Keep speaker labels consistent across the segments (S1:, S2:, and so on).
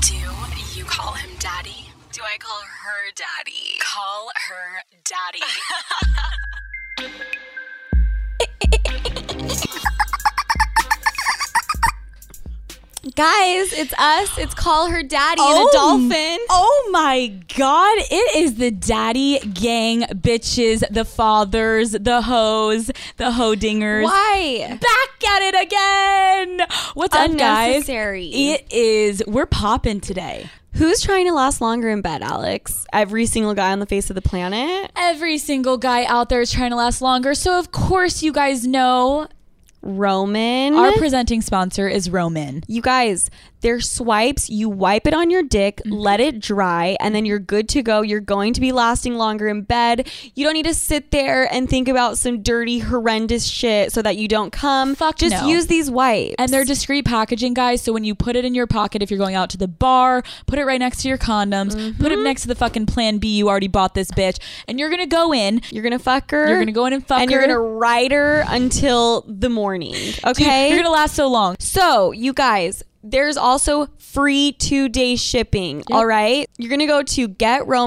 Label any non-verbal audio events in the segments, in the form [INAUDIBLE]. S1: Do you call him daddy? Do I call her daddy? Call her [LAUGHS] daddy.
S2: Guys, it's us. It's Call Her Daddy
S3: Oh,
S2: and a dolphin.
S3: Oh my God. It is the daddy gang bitches, the fathers, the hoes, the hodingers.
S2: Why?
S3: Back at it again. What's up, guys?
S2: Unnecessary.
S3: It is, we're popping today.
S2: Who's trying to last longer in bed, Alex? Every single guy on the face of the planet.
S3: Every single guy out there is trying to last longer. So, of course, you guys know
S2: Roman.
S3: our presenting sponsor is Roman.
S2: you guys, they're swipes. You wipe it on your dick,
S3: Mm-hmm.
S2: let it dry, and then you're good to go. You're going to be lasting longer in bed. You don't need to sit there and think about some dirty, horrendous shit so that you don't come.
S3: Fuck
S2: Just
S3: no.
S2: use these wipes.
S3: And they're discreet packaging, guys. So when you put it in your pocket, if you're going out to the bar, put it right next to your condoms. Put
S2: Mm-hmm.
S3: it next to the fucking Plan B. You already bought this bitch, and you're gonna go in.
S2: You're gonna fuck her.
S3: You're gonna go in and fuck
S2: and you're
S3: her.
S2: gonna ride her until the morning.
S3: Dude,
S2: Okay.
S3: you're gonna last so long.
S2: so you guys, there's also free two day shipping. All right. You're gonna go to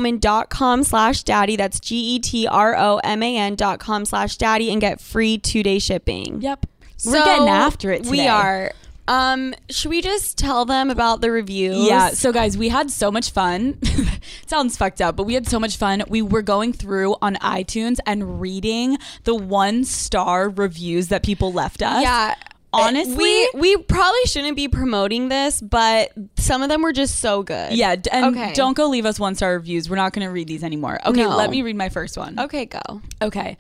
S2: getroman.com slash daddy. That's G E T R O M A N dot com slash daddy and get free two day shipping.
S3: Yep, we're getting after it.
S2: We
S3: today.
S2: are. Um, should we just tell them about the reviews?
S3: Yeah. So guys, we had so much fun. [LAUGHS] Sounds fucked up, but we had so much fun. We were going through on iTunes and reading the one star reviews that people left us.
S2: Yeah.
S3: Honestly-
S2: we we probably shouldn't be promoting this, but some of them were just so good.
S3: Yeah, d- and
S2: Okay.
S3: don't go leave us one star reviews. We're not going to read these anymore. Okay,
S2: No.
S3: let me read my first one.
S2: Okay, go.
S3: Okay.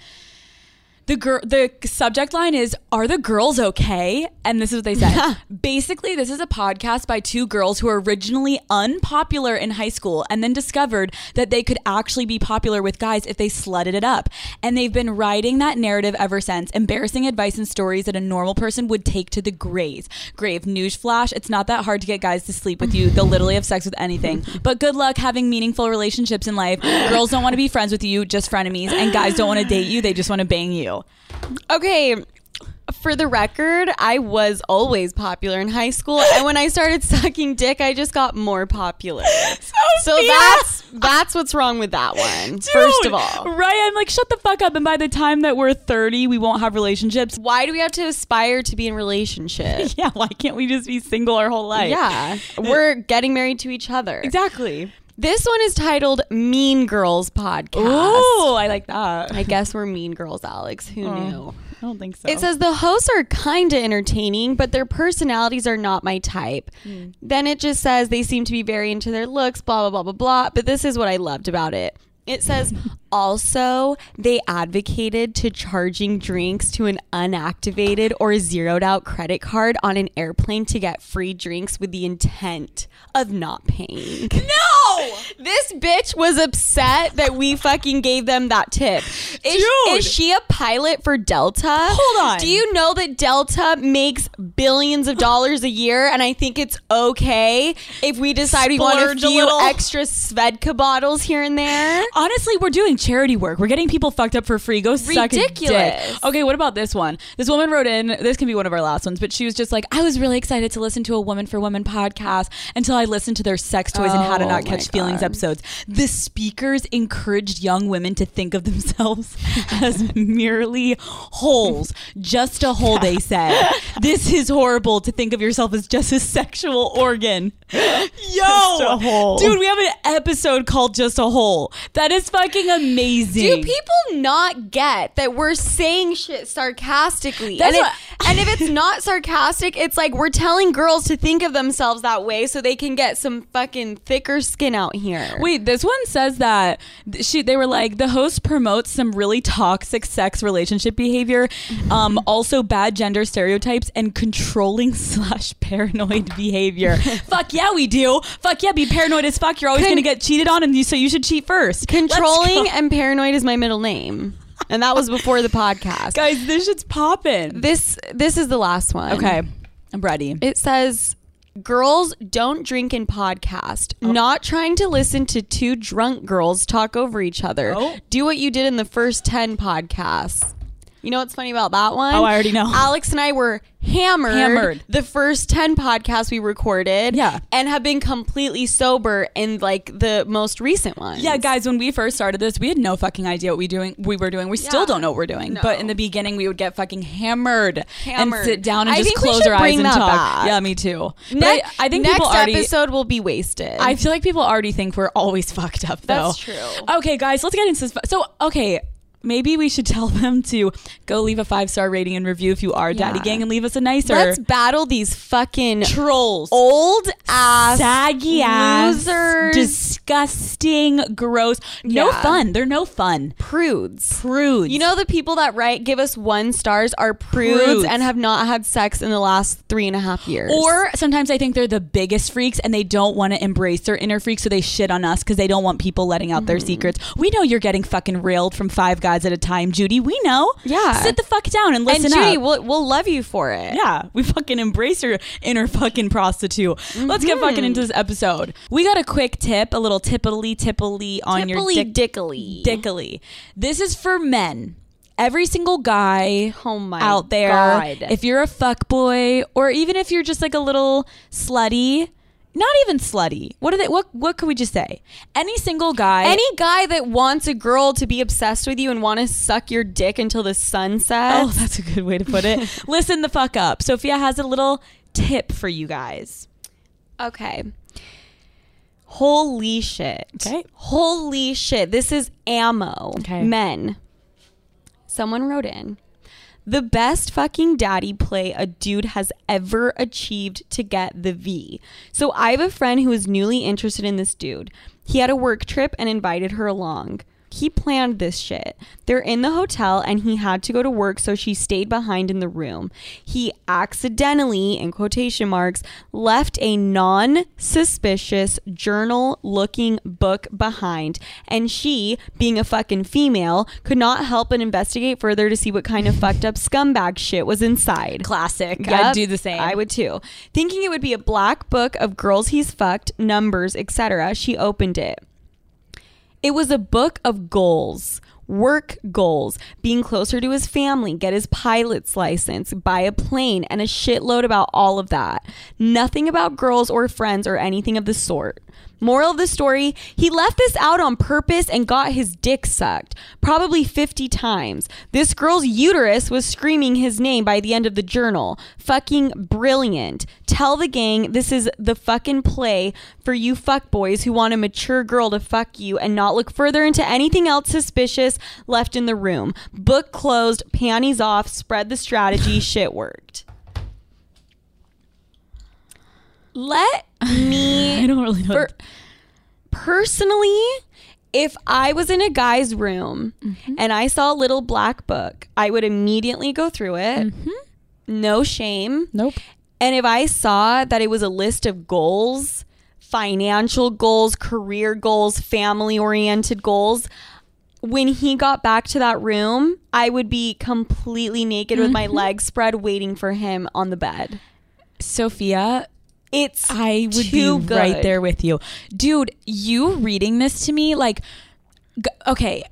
S3: The girl the subject line is are the girls okay? And this is what they said. Basically, this is a podcast by two girls who were originally unpopular in high school and then discovered that they could actually be popular with guys if they slutted it up. And they've been riding that narrative ever since. Embarrassing advice and stories that a normal person would take to the graves. Grave newsflash, it's not that hard to get guys to sleep with you. They'll literally have sex with anything. But good luck having meaningful relationships in life. Girls don't want to be friends with you, just frenemies, and guys don't want to date you, they just want to bang you.
S2: Okay. For the record, I was always popular in high school, and when I started [LAUGHS] sucking dick, I just got more popular.
S3: [LAUGHS]
S2: So
S3: Sophia!
S2: that's that's what's wrong with that one. first of
S3: Dude,
S2: all,
S3: Right? I'm like, shut the fuck up. And by the time that we're 30, we won't have relationships. [LAUGHS]
S2: why do we have to aspire to be in relationships?
S3: Yeah, why can't we just be single our whole life?
S2: yeah, we're getting married to each other.
S3: Exactly.
S2: This one is titled "Mean Girls Podcast."
S3: Oh, I like that.
S2: I guess we're mean girls, Alex. Who knew?
S3: I don't think so.
S2: It says the hosts are kind of entertaining, but their personalities are not my type.
S3: Hmm.
S2: Then it just says they seem to be very into their looks, blah, blah, blah, blah, blah. But this is what I loved about it. It
S3: [LAUGHS]
S2: says also they advocated to charging drinks to an unactivated or zeroed out credit card on an airplane to get free drinks with the intent of not paying.
S3: no!
S2: [LAUGHS] This bitch was upset that we fucking gave them that tip. Is,
S3: Dude.
S2: is she a pilot for Delta?
S3: Hold on.
S2: Do you know that Delta makes billions of dollars a year? And I think it's okay if we decide we want
S3: Splurge
S2: a
S3: a
S2: few
S3: little.
S2: extra Svedka bottles here and there.
S3: Honestly, we're doing charity work. We're getting people fucked up for free. Go suck a dick.
S2: Ridiculous.
S3: Okay, what about this one? This woman wrote in. This can be one of our last ones, but she was just like, "I was really excited to listen to a Woman for Woman podcast until I listened to their sex toys and how to
S2: Oh
S3: not
S2: my
S3: catch feelings
S2: God.
S3: episodes. The speakers encouraged young women to think of themselves [LAUGHS] as merely holes, just a hole." They
S2: [LAUGHS]
S3: said, "This is horrible to think of yourself as just a sexual
S2: [GASPS]
S3: organ." Yo,
S2: a hole.
S3: dude, we have an episode called Just a Hole. That is fucking amazing.
S2: Do people not get that we're saying shit sarcastically? and,
S3: That's
S2: if, [LAUGHS]
S3: what-
S2: and if it's not sarcastic, it's like we're telling girls to think of themselves that way so they can get some fucking thicker skin out here.
S3: Wait, this one says that th- she they were like the host promotes some really toxic sex relationship behavior, um, also bad gender stereotypes and controlling [LAUGHS] slash
S2: [LAUGHS]
S3: paranoid behavior. fuck yeah, we do. Fuck yeah, be paranoid as fuck. You're always
S2: Con-
S3: gonna get cheated on, and you, so you should cheat first. Let's
S2: Controlling [LAUGHS]
S3: go.
S2: and paranoid is my middle name, and that was before the podcast.
S3: guys, this shit's popping.
S2: This this is the last one.
S3: Okay, I'm ready.
S2: It says, "Girls don't drink in podcast.
S3: Oh.
S2: Not trying to listen to two drunk girls talk over each other.
S3: Oh.
S2: Do what you did in the first ten podcasts." You know what's funny about that one?
S3: Oh, I already know.
S2: Alex and I were hammered,
S3: Hammered.
S2: the first 10 podcasts we recorded
S3: Yeah.
S2: and have been completely sober in like the most recent one.
S3: Yeah, guys, when we first started this, we had no fucking idea what we doing we were doing. We still
S2: Yeah.
S3: don't know what we're doing. But in the beginning we would get fucking hammered, and
S2: Hammered.
S3: sit down and
S2: I
S3: just
S2: think we
S3: close
S2: should
S3: our eyes
S2: bring
S3: and
S2: that
S3: talk.
S2: back.
S3: Yeah, me too. But
S2: Ne-
S3: I, I think
S2: next
S3: people already
S2: episode will be wasted.
S3: I feel like people already think we're always [LAUGHS] fucked up though.
S2: That's true.
S3: Okay, guys, let's get into this. So, okay, maybe we should [LAUGHS] tell them to go leave a five-star rating and review if you are Daddy
S2: Yeah.
S3: Gang and leave us a nicer
S2: Let's battle these fucking
S3: trolls.
S2: old ass
S3: saggy ass,
S2: losers.
S3: disgusting, gross. No
S2: Yeah.
S3: fun. They're no fun.
S2: prudes.
S3: Prudes.
S2: You know the people that write give us one stars are prudes,
S3: Prudes.
S2: and have not had sex in the last three and a half years.
S3: Or sometimes I think they're the biggest freaks and they don't want to embrace their inner freak, so they shit on us because they don't want people letting out
S2: Mm.
S3: their secrets. We know you're getting fucking railed from five guys at a time, Judy. We know.
S2: Yeah.
S3: Sit the fuck down and
S2: and
S3: listen
S2: Judy,
S3: up.
S2: we'll, we'll love you for it.
S3: yeah, we fucking embrace your inner fucking prostitute. Let's get
S2: Mm-hmm.
S3: fucking into this episode. We got a quick tip, a little tippily tippily on your dick
S2: Tippily dickily.
S3: dickily. This is for men. Every single guy
S2: Oh my
S3: out there,
S2: God.
S3: if you're a fuck boy, or even if you're just like a little slutty, not even slutty. What are they? What what could we just say? Any single guy,
S2: Any guy that wants a girl to be obsessed with you and want to suck your dick until the sun
S3: Oh,
S2: sets.
S3: [LAUGHS] that's a good way to put [LAUGHS] it. Listen the fuck up. Sophia has a little tip for you guys.
S2: Okay. Holy shit.
S3: Okay.
S2: Holy shit. This is ammo.
S3: Okay.
S2: Men. Someone wrote in. The best fucking daddy play a dude has ever achieved to get the V. So I have a friend who is newly interested in this dude. He had a work trip and invited her along. He planned this shit. They're in the hotel and he had to go to work, so she stayed behind in the room. He accidentally, in quotation marks, left a non suspicious journal looking book behind. And she, being a fucking female, could not help but investigate further to see what kind of fucked up scumbag shit was inside.
S3: Classic.
S2: Yep,
S3: I'd do the same.
S2: I would too. Thinking it would be a black book of girls he's fucked, numbers, etc., she opened it. It was a book of goals. Work goals, being closer to his family, get his pilot's license, buy a plane, and a shitload about all of that. Nothing about girls or friends or anything of the sort. Moral of the story he left this out on purpose and got his dick sucked, probably 50 times. This girl's uterus was screaming his name by the end of the journal. Fucking brilliant. Tell the gang this is the fucking play for you fuckboys who want a mature girl to fuck you and not look further into anything else suspicious left in the room. Book closed, panties off, spread the strategy, shit worked. Let me
S3: [LAUGHS] I don't really know.
S2: for- personally, if I was in a guy's room and I saw a little black book, I would immediately go through it. Mm.
S3: Hmm?
S2: No shame.
S3: nope.
S2: And if I saw that it was a list of goals, financial goals, career goals, family oriented goals, when he got back to that room, I would be completely naked with my legs spread, waiting for him on the bed.
S3: Sophia,
S2: It's
S3: I would
S2: too
S3: be right
S2: good.
S3: there with you. Dude, you reading this to me, like, g- okay,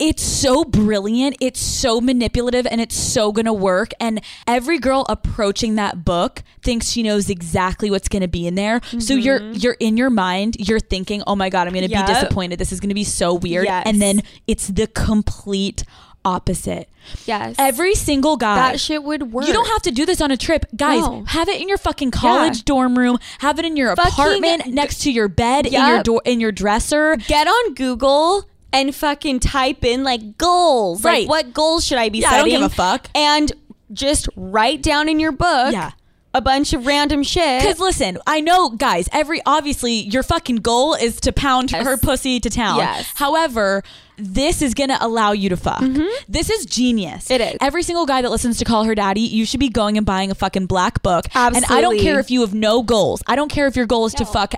S3: it's so brilliant. It's so manipulative and it's so going to work. And every girl approaching that book thinks she knows exactly what's going to be in there. So
S2: Mm-hmm.
S3: you're, you're in your mind, you're thinking, oh my God, I'm going to
S2: Yep.
S3: be disappointed. This is going to be so weird.
S2: Yes.
S3: And then it's the complete opposite.
S2: yes.
S3: Every single guy.
S2: that shit would work.
S3: You don't have to do this on a trip, guys.
S2: No.
S3: Have it in your fucking college
S2: Yeah.
S3: dorm room. Have it in your
S2: Fucking-
S3: apartment, next to your bed, in your
S2: Yup.
S3: door, in your dresser.
S2: get on Google and fucking type in like goals.
S3: Right.
S2: Like what goals should I be
S3: Yeah, I don't
S2: setting?
S3: give a fuck.
S2: And just write down in your book
S3: Yeah.
S2: a bunch of random shit.
S3: Because listen, I know, guys. Every obviously, your fucking goal is to pound her pussy to town.
S2: Yes.
S3: However, this is gonna allow you to fuck. This is genius.
S2: Mm-hmm. It is.
S3: Every single guy that listens to Call Her Daddy, you should be going and buying a fucking black book. And I don't
S2: Absolutely.
S3: care if you have no goals. I don't care if your goal is to fuck.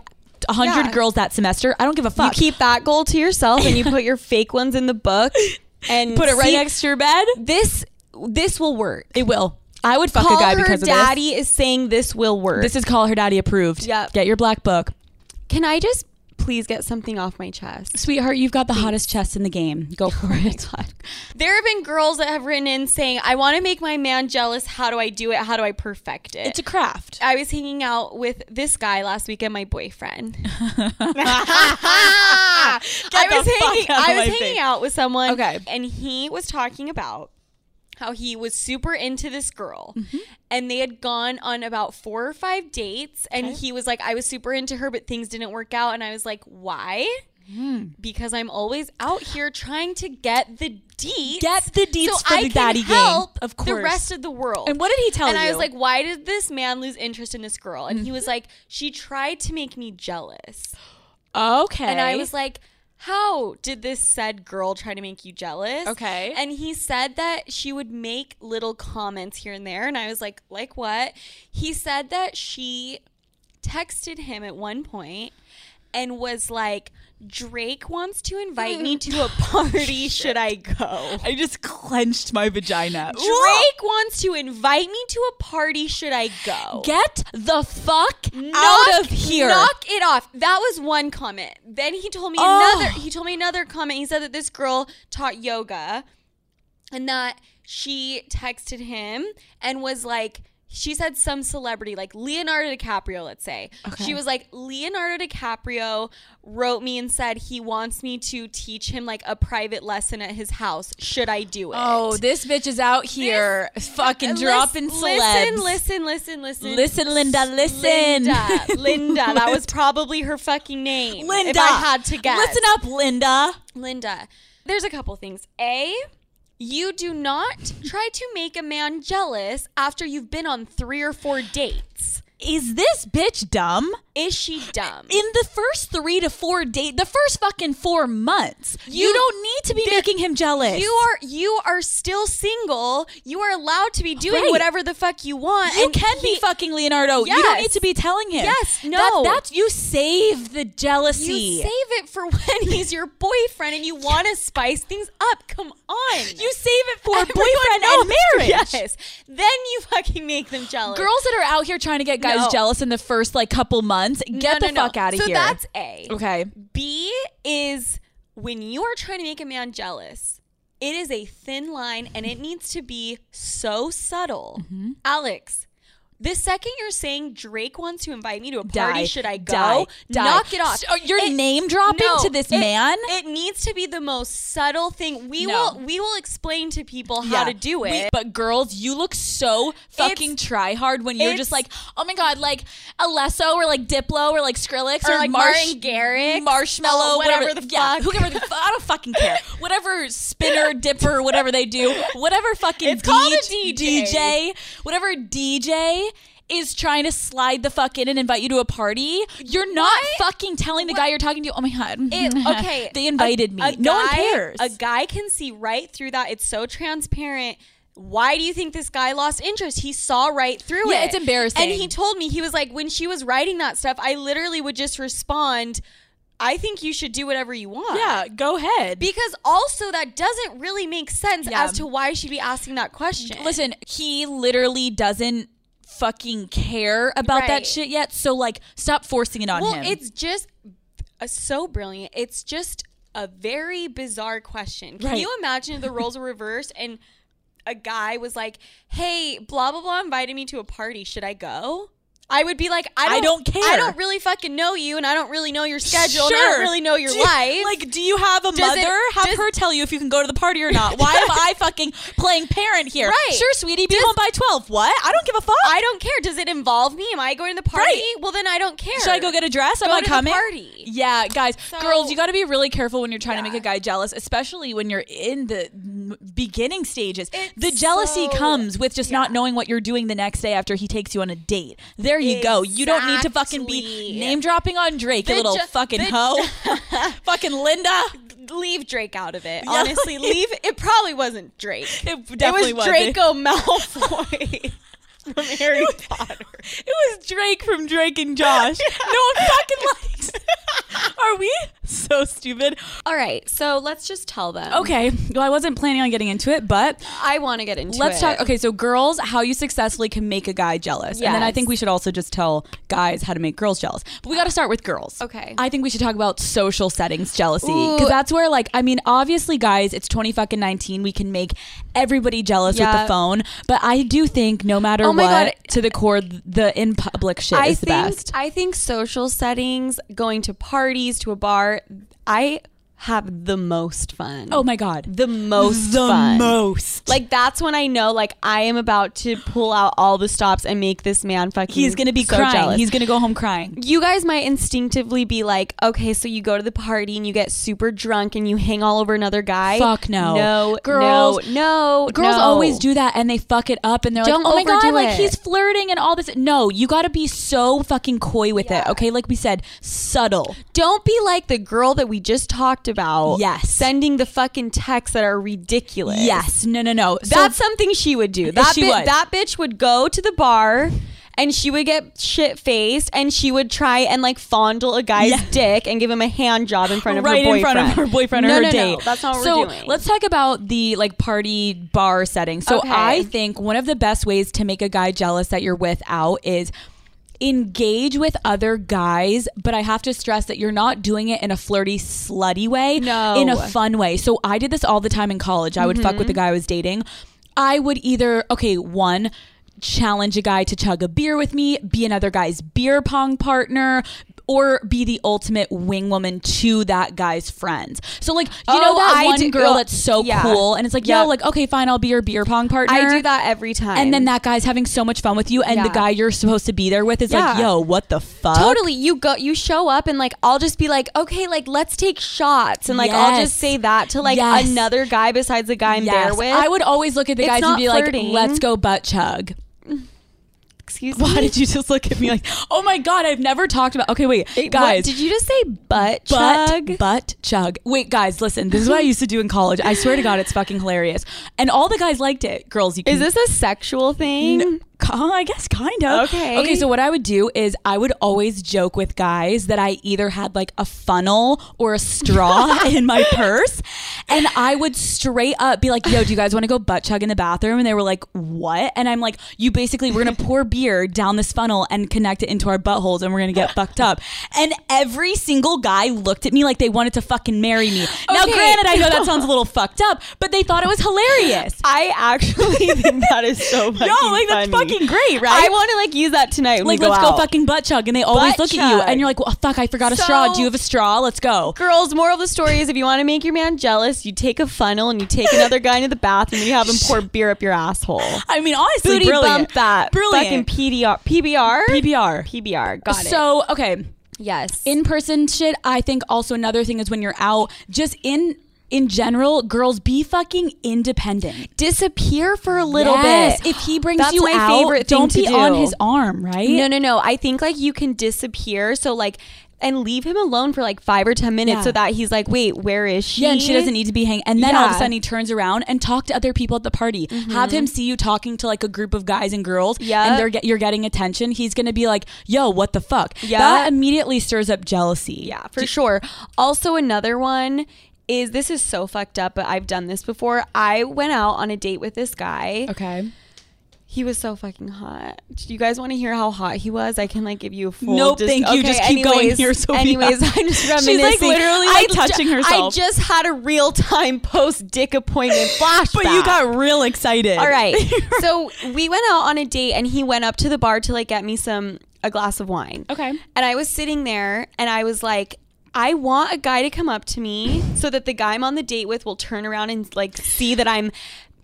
S3: 100
S2: Yeah.
S3: girls that semester. I don't give a fuck.
S2: You keep that goal to yourself and you put your fake ones in the [LAUGHS] book and
S3: put it right
S2: see-
S3: next to your bed.
S2: This this will work.
S3: It will. I would fuck
S2: Call
S3: a guy
S2: her
S3: because of this.
S2: daddy is saying this will work.
S3: This is call her daddy approved.
S2: Yep.
S3: Get your black book.
S2: Can I just please get something off my chest.
S3: Sweetheart, you've got the hottest chest in the game. [LAUGHS] Go for it.
S2: There have been girls that have written in saying, I want to make my man jealous. How do I do it? How do I perfect it?
S3: It's a craft.
S2: I was hanging out with this guy last weekend, my
S3: [LAUGHS]
S2: boyfriend. I
S3: the
S2: was
S3: fuck
S2: hanging,
S3: out
S2: I
S3: of
S2: was
S3: my
S2: hanging
S3: face.
S2: out with someone.
S3: Okay.
S2: And he was talking about how he was super into this girl.
S3: Mm-hmm.
S2: And they had gone on about four or five dates. And he was like, I was super into her, but things didn't work out. And I was like, why?
S3: Hmm.
S2: Because I'm always out here trying to get the deets.
S3: Get the deets
S2: so
S3: for
S2: I
S3: the
S2: can
S3: daddy game.
S2: help
S3: Of
S2: The
S3: course.
S2: rest of the world.
S3: [LAUGHS] And what did he tell
S2: and
S3: you? Mm-hmm.
S2: I was like, why did this man lose interest in this girl? And he was like, she tried to make me jealous.
S3: okay.
S2: And I was like, how did this said girl try to make you jealous?
S3: Okay.
S2: And he said that she would make little comments here and there. And I was like, like what? He said that she texted him at one point and was like, Drake wants to invite me
S3: [LAUGHS]
S2: to
S3: Oh,
S2: a party. Should I go?
S3: I just clenched my vagina.
S2: Drake wants to invite me to a party. Should I go?
S3: Get the fuck
S2: Knock-
S3: out of here.
S2: Knock it off. That was one comment. Then he told me
S3: Oh.
S2: another he told me another comment. He said that this girl taught yoga and that she texted him and was like she said some celebrity like Leonardo DiCaprio, let's say. She was like Leonardo DiCaprio wrote me and said he wants me to teach him like a private lesson at his house. Should I do it?
S3: Oh, this bitch is out here fucking
S2: Lis-
S3: dropping celebs.
S2: Listen, listen, listen, listen.
S3: Listen, Linda, listen. [LAUGHS]
S2: Linda. Linda. That was probably her fucking name.
S3: Linda.
S2: If I had to guess.
S3: Listen up, Linda.
S2: Linda. There's a couple things. A, you do not try to make a man jealous after you've been on three or four dates.
S3: Is this bitch dumb?
S2: Is she dumb?
S3: In the first three to four date, the first fucking four months, you,
S2: You-
S3: don't need to be
S2: there-
S3: making him jealous.
S2: you are you are still single. You are allowed to be doing
S3: Right.
S2: whatever the fuck you want.
S3: You
S2: and
S3: can
S2: he-
S3: be fucking Leonardo. You don't
S2: Yes.
S3: need to be telling him.
S2: Yes,
S3: That-
S2: no.
S3: that's you save the jealousy.
S2: You save it for [LAUGHS] when he's your boyfriend and you want to spice things up. Come on.
S3: You save it [LAUGHS]
S2: [LAUGHS]
S3: for
S2: Everyone
S3: boyfriend
S2: knows.
S3: and marriage. [LAUGHS]
S2: Yes. Then you fucking make them jealous.
S3: Girls that are out here trying to get guys
S2: No.
S3: jealous in the first like couple months, get
S2: No, no,
S3: the
S2: no.
S3: fuck out of
S2: so
S3: here.
S2: that's A.
S3: okay.
S2: B is when you are trying to make a man jealous. It is a thin line and it needs to be so subtle.
S3: Mm-hmm.
S2: Alex, the second you're saying Drake wants to invite me to a party,
S3: Die.
S2: should I go?
S3: Die. Die.
S2: Knock it off.
S3: So uh, you're name dropping to this
S2: it-
S3: man?
S2: It needs to be the most subtle thing. We
S3: No.
S2: will we will explain to people how to do it.
S3: We- but girls, you look so fucking try hard when you're
S2: it's-
S3: just like, oh my god, like Alesso or like Diplo or like Skrillex or,
S2: or like
S3: Marsh-
S2: Martin Garrix,
S3: Marshmallow,
S2: Oh, whatever, the fuck.
S3: yeah, whoever the fuck, I don't
S2: [LAUGHS]
S3: fucking care. Whatever spinner, dipper, whatever they do, whatever fucking
S2: It's called a DJ.
S3: DJ, whatever DJ is trying to slide the fuck in and invite you to a party, you're not fucking telling the guy you're talking to, oh my god,
S2: It-
S3: [LAUGHS]
S2: okay,
S3: they
S2: a-
S3: invited me.
S2: a
S3: no one
S2: guy-
S3: cares.
S2: A guy can see right through that. It's so transparent. Why do you think this guy lost interest? He saw right through
S3: Yeah,
S2: it.
S3: it's embarrassing.
S2: And he told me he was like, when she was writing that stuff, I literally would just respond, "I think you should do whatever you want."
S3: yeah, go ahead.
S2: Because also that doesn't really make sense
S3: Yeah.
S2: as to why she'd be asking that question.
S3: Listen, he literally doesn't fucking care about
S2: Right.
S3: that shit yet. So like, stop forcing it on
S2: Well,
S3: him.
S2: it's just uh, so brilliant. It's just a very bizarre question. Can
S3: Right.
S2: you imagine if the roles were reversed and a guy was like, "Hey, blah blah blah invited me to a party. Should I go?" I would be like, I
S3: I
S2: don't,
S3: don't
S2: I
S3: care."
S2: don't really fucking know you, and I don't really know your schedule, and I don't really know your
S3: Do you-
S2: life.
S3: [LAUGHS] Like, do you have a
S2: Does it-
S3: mother? have
S2: does-
S3: her tell you if you can go to the party or not.
S2: [LAUGHS]
S3: Why am I fucking playing parent here?
S2: Right.
S3: Sure, sweetie, be home by twelve. What? I don't give a fuck.
S2: I don't care. Does it involve me? Am I going to the party?
S3: Right.
S2: Well, then I don't care.
S3: Should I go get a dress? Am
S2: Go
S3: I
S2: to the
S3: coming?
S2: party.
S3: Yeah, guys,
S2: So-
S3: girls, you got to be really careful when you're trying to
S2: Yeah.
S3: make a guy jealous, especially when you're in the m- beginning stages.
S2: It's
S3: the jealousy
S2: so-
S3: comes with just not
S2: yeah.
S3: knowing what you're doing the next day after he takes you on a date. There you go. You don't need to fucking be
S2: Exactly.
S3: name dropping on Drake,
S2: The
S3: you little
S2: ju-
S3: fucking
S2: the-
S3: hoe,
S2: [LAUGHS]
S3: [LAUGHS] fucking Linda.
S2: Leave Drake out of it.
S3: [LAUGHS] Yeah.
S2: Honestly, leave. It probably wasn't Drake.
S3: It definitely
S2: it was
S3: wasn't.
S2: Draco [LAUGHS] Malfoy from Harry Potter.
S3: It
S2: [LAUGHS]
S3: was Drake from Drake and Josh. No one fucking likes. Are we? so stupid.
S2: All right, so let's just tell them.
S3: Okay, well, I wasn't planning on getting into it, but
S2: I want to get into
S3: let's
S2: it.
S3: talk. Okay, so girls, how you successfully can make a guy jealous, and then I
S2: Yes.
S3: think we should also just tell guys how to make girls jealous. But we got to start with girls.
S2: Okay.
S3: I think we should talk about social settings jealousy
S2: Ooh.
S3: because that's where, like, I mean, obviously, guys, it's twenty fucking nineteen. We can make everybody jealous with
S2: Yeah.
S3: the phone, but I do think no matter
S2: Oh my
S3: what,
S2: God.
S3: to the core, the in public shit
S2: I
S3: is the
S2: think
S3: best.
S2: I think social settings, going to parties, to a bar, I have the most fun.
S3: Oh my god,
S2: the most
S3: the
S2: fun.
S3: most.
S2: Like that's when I know like I am about to pull out all the stops and make this man fucking
S3: he's gonna be
S2: so
S3: crying.
S2: jealous.
S3: He's gonna go home crying.
S2: you guys might instinctively be like, okay, so you go to the party and you get super drunk and you hang all over another guy.
S3: Fuck no.
S2: No,
S3: Girls-
S2: no, no.
S3: Girls
S2: no.
S3: always do that and they fuck it up and they're
S2: Don't
S3: like, oh my god,
S2: overdo
S3: like
S2: it."
S3: he's flirting and all this. No, you gotta be so fucking coy with it,
S2: Yeah.
S3: okay? Like we said, subtle.
S2: Don't be like the girl that we just talked about.
S3: Yes.
S2: Sending the fucking texts that are ridiculous.
S3: Yes, no, no, no. So-
S2: That's something she would do. That
S3: She
S2: bi-
S3: would.
S2: that bitch would go to the bar and she would get shit faced and she would try and like fondle a guy's
S3: Yeah.
S2: dick and give him a hand job in front of
S3: right
S2: her
S3: in
S2: boyfriend.
S3: front of her boyfriend or
S2: no,
S3: her
S2: no,
S3: date.
S2: No, that's not what
S3: so
S2: we're doing.
S3: let's talk about the like party bar setting. So
S2: Okay.
S3: I think one of the best ways to make a guy jealous that you're with out is engage with other guys but i have to stress that you're not doing it in a flirty slutty way
S2: No. Mm-hmm.
S3: in a fun way so i did this all the time in college i would fuck with the guy i was dating i would either okay one challenge a guy to chug a beer with me be another guy's beer pong partner or be the ultimate wing woman to that guy's friends. So like you
S2: Oh,
S3: know that
S2: I
S3: one
S2: do-
S3: girl that's so
S2: yeah.
S3: cool and it's like
S2: Yep.
S3: yo like okay fine I'll be your beer pong partner.
S2: I do that every time.
S3: And then that guy's having so much fun with you and the
S2: Yeah.
S3: guy you're supposed to be there with is like
S2: Yeah.
S3: yo what the fuck?
S2: Totally. You go you show up and like I'll just be like, okay, like let's take shots and like I'll
S3: Yes.
S2: just say that to like
S3: Yes.
S2: another guy besides the guy I'm
S3: Yes.
S2: there with.
S3: I would always look at the
S2: It's
S3: guys and
S2: not
S3: be
S2: flirting.
S3: like let's go butt chug.
S2: excuse me.
S3: Why did you just look at me like oh my god I've never talked about Okay wait
S2: [LAUGHS] Wait, what?
S3: guys
S2: did you just say butt
S3: butt
S2: chug?
S3: butt chug. Wait, guys, listen. This is what I used to do in college. I swear to God, it's fucking hilarious. And all the guys liked it. Girls, you can
S2: Is this a sexual thing?
S3: Oh, [LAUGHS] I guess kind of.
S2: Okay.
S3: Okay, so what I would do is I would always joke with guys that I either had like a funnel or
S2: [LAUGHS]
S3: a straw in my purse. And I would straight up be like, yo, do you guys want to go butt chug in the bathroom? And they were like, what? And I'm like, you basically, we're going to pour beer down this funnel and connect it into our buttholes and we're going to
S2: [LAUGHS]
S3: get fucked up. And every single guy looked at me like they wanted to fucking marry me. Now,
S2: Okay.
S3: granted, I
S2: [LAUGHS]
S3: know that sounds a little fucked up, but they thought it was hilarious.
S2: I actually [LAUGHS] think that is so fucking
S3: [LAUGHS] Yo, like that's
S2: funny.
S3: fucking great, right?
S2: I want to like use that tonight. When
S3: like
S2: we go
S3: let's go
S2: out.
S3: fucking butt chug and they always
S2: Butt
S3: look at you
S2: chug.
S3: and you're like well, oh, fuck i forgot a
S2: So-
S3: straw do you have a straw let's go
S2: Girls, moral of the story is if you want to make your man jealous, you take a funnel and you take another guy into the bathroom and you have him
S3: [LAUGHS]
S2: pour beer up your asshole.
S3: i mean honestly
S2: Booty
S3: brilliant.
S2: bump that. Fucking
S3: brilliant
S2: PDR. PBR?
S3: pbr
S2: PBR. Got it.
S3: so okay
S2: yes.
S3: in person shit i think also another thing is when you're out just in in general girls be fucking independent
S2: disappear for a little
S3: Yes,
S2: bit.
S3: if he brings
S2: That's
S3: you
S2: my
S3: out
S2: favorite thing
S3: don't
S2: to
S3: be on
S2: do.
S3: his arm right
S2: No, no, no. I think like you can disappear. So like, and leave him alone for like five or ten minutes
S3: Yeah.
S2: so that he's like, wait, where is she?
S3: Yeah, and she doesn't need to be hanging. And then all of a
S2: Yeah. Mm-hmm.
S3: sudden he turns around and talk to other people at the party. Have him see you talking to like a group of guys and girls.
S2: Yep.
S3: and they're get, you're getting attention. He's gonna be like, "Yo, what the fuck?"
S2: Yep.
S3: that immediately stirs up jealousy.
S2: Yeah, for sure. Also, another one is this is so fucked up, but I've done this before. I went out on a date with this guy.
S3: Okay.
S2: He was so fucking hot. Do you guys want to hear how hot he was? I can like give you a full.
S3: Nope, thank you. Just keep going here, Sophia.
S2: Anyways, I'm just
S3: [LAUGHS] She's, like,
S2: reminiscing.
S3: literally,
S2: I
S3: like, touching herself.
S2: I just had a real time post dick appointment flashback.
S3: [LAUGHS] But you got real excited.
S2: All [LAUGHS] right.
S3: [LAUGHS]
S2: so we went out on a date and he went up to the bar to like get me some a glass of wine.
S3: Okay.
S2: And I was sitting there and I was like I want a guy to come up to me so that the guy I'm on the date with will turn around and like see that I'm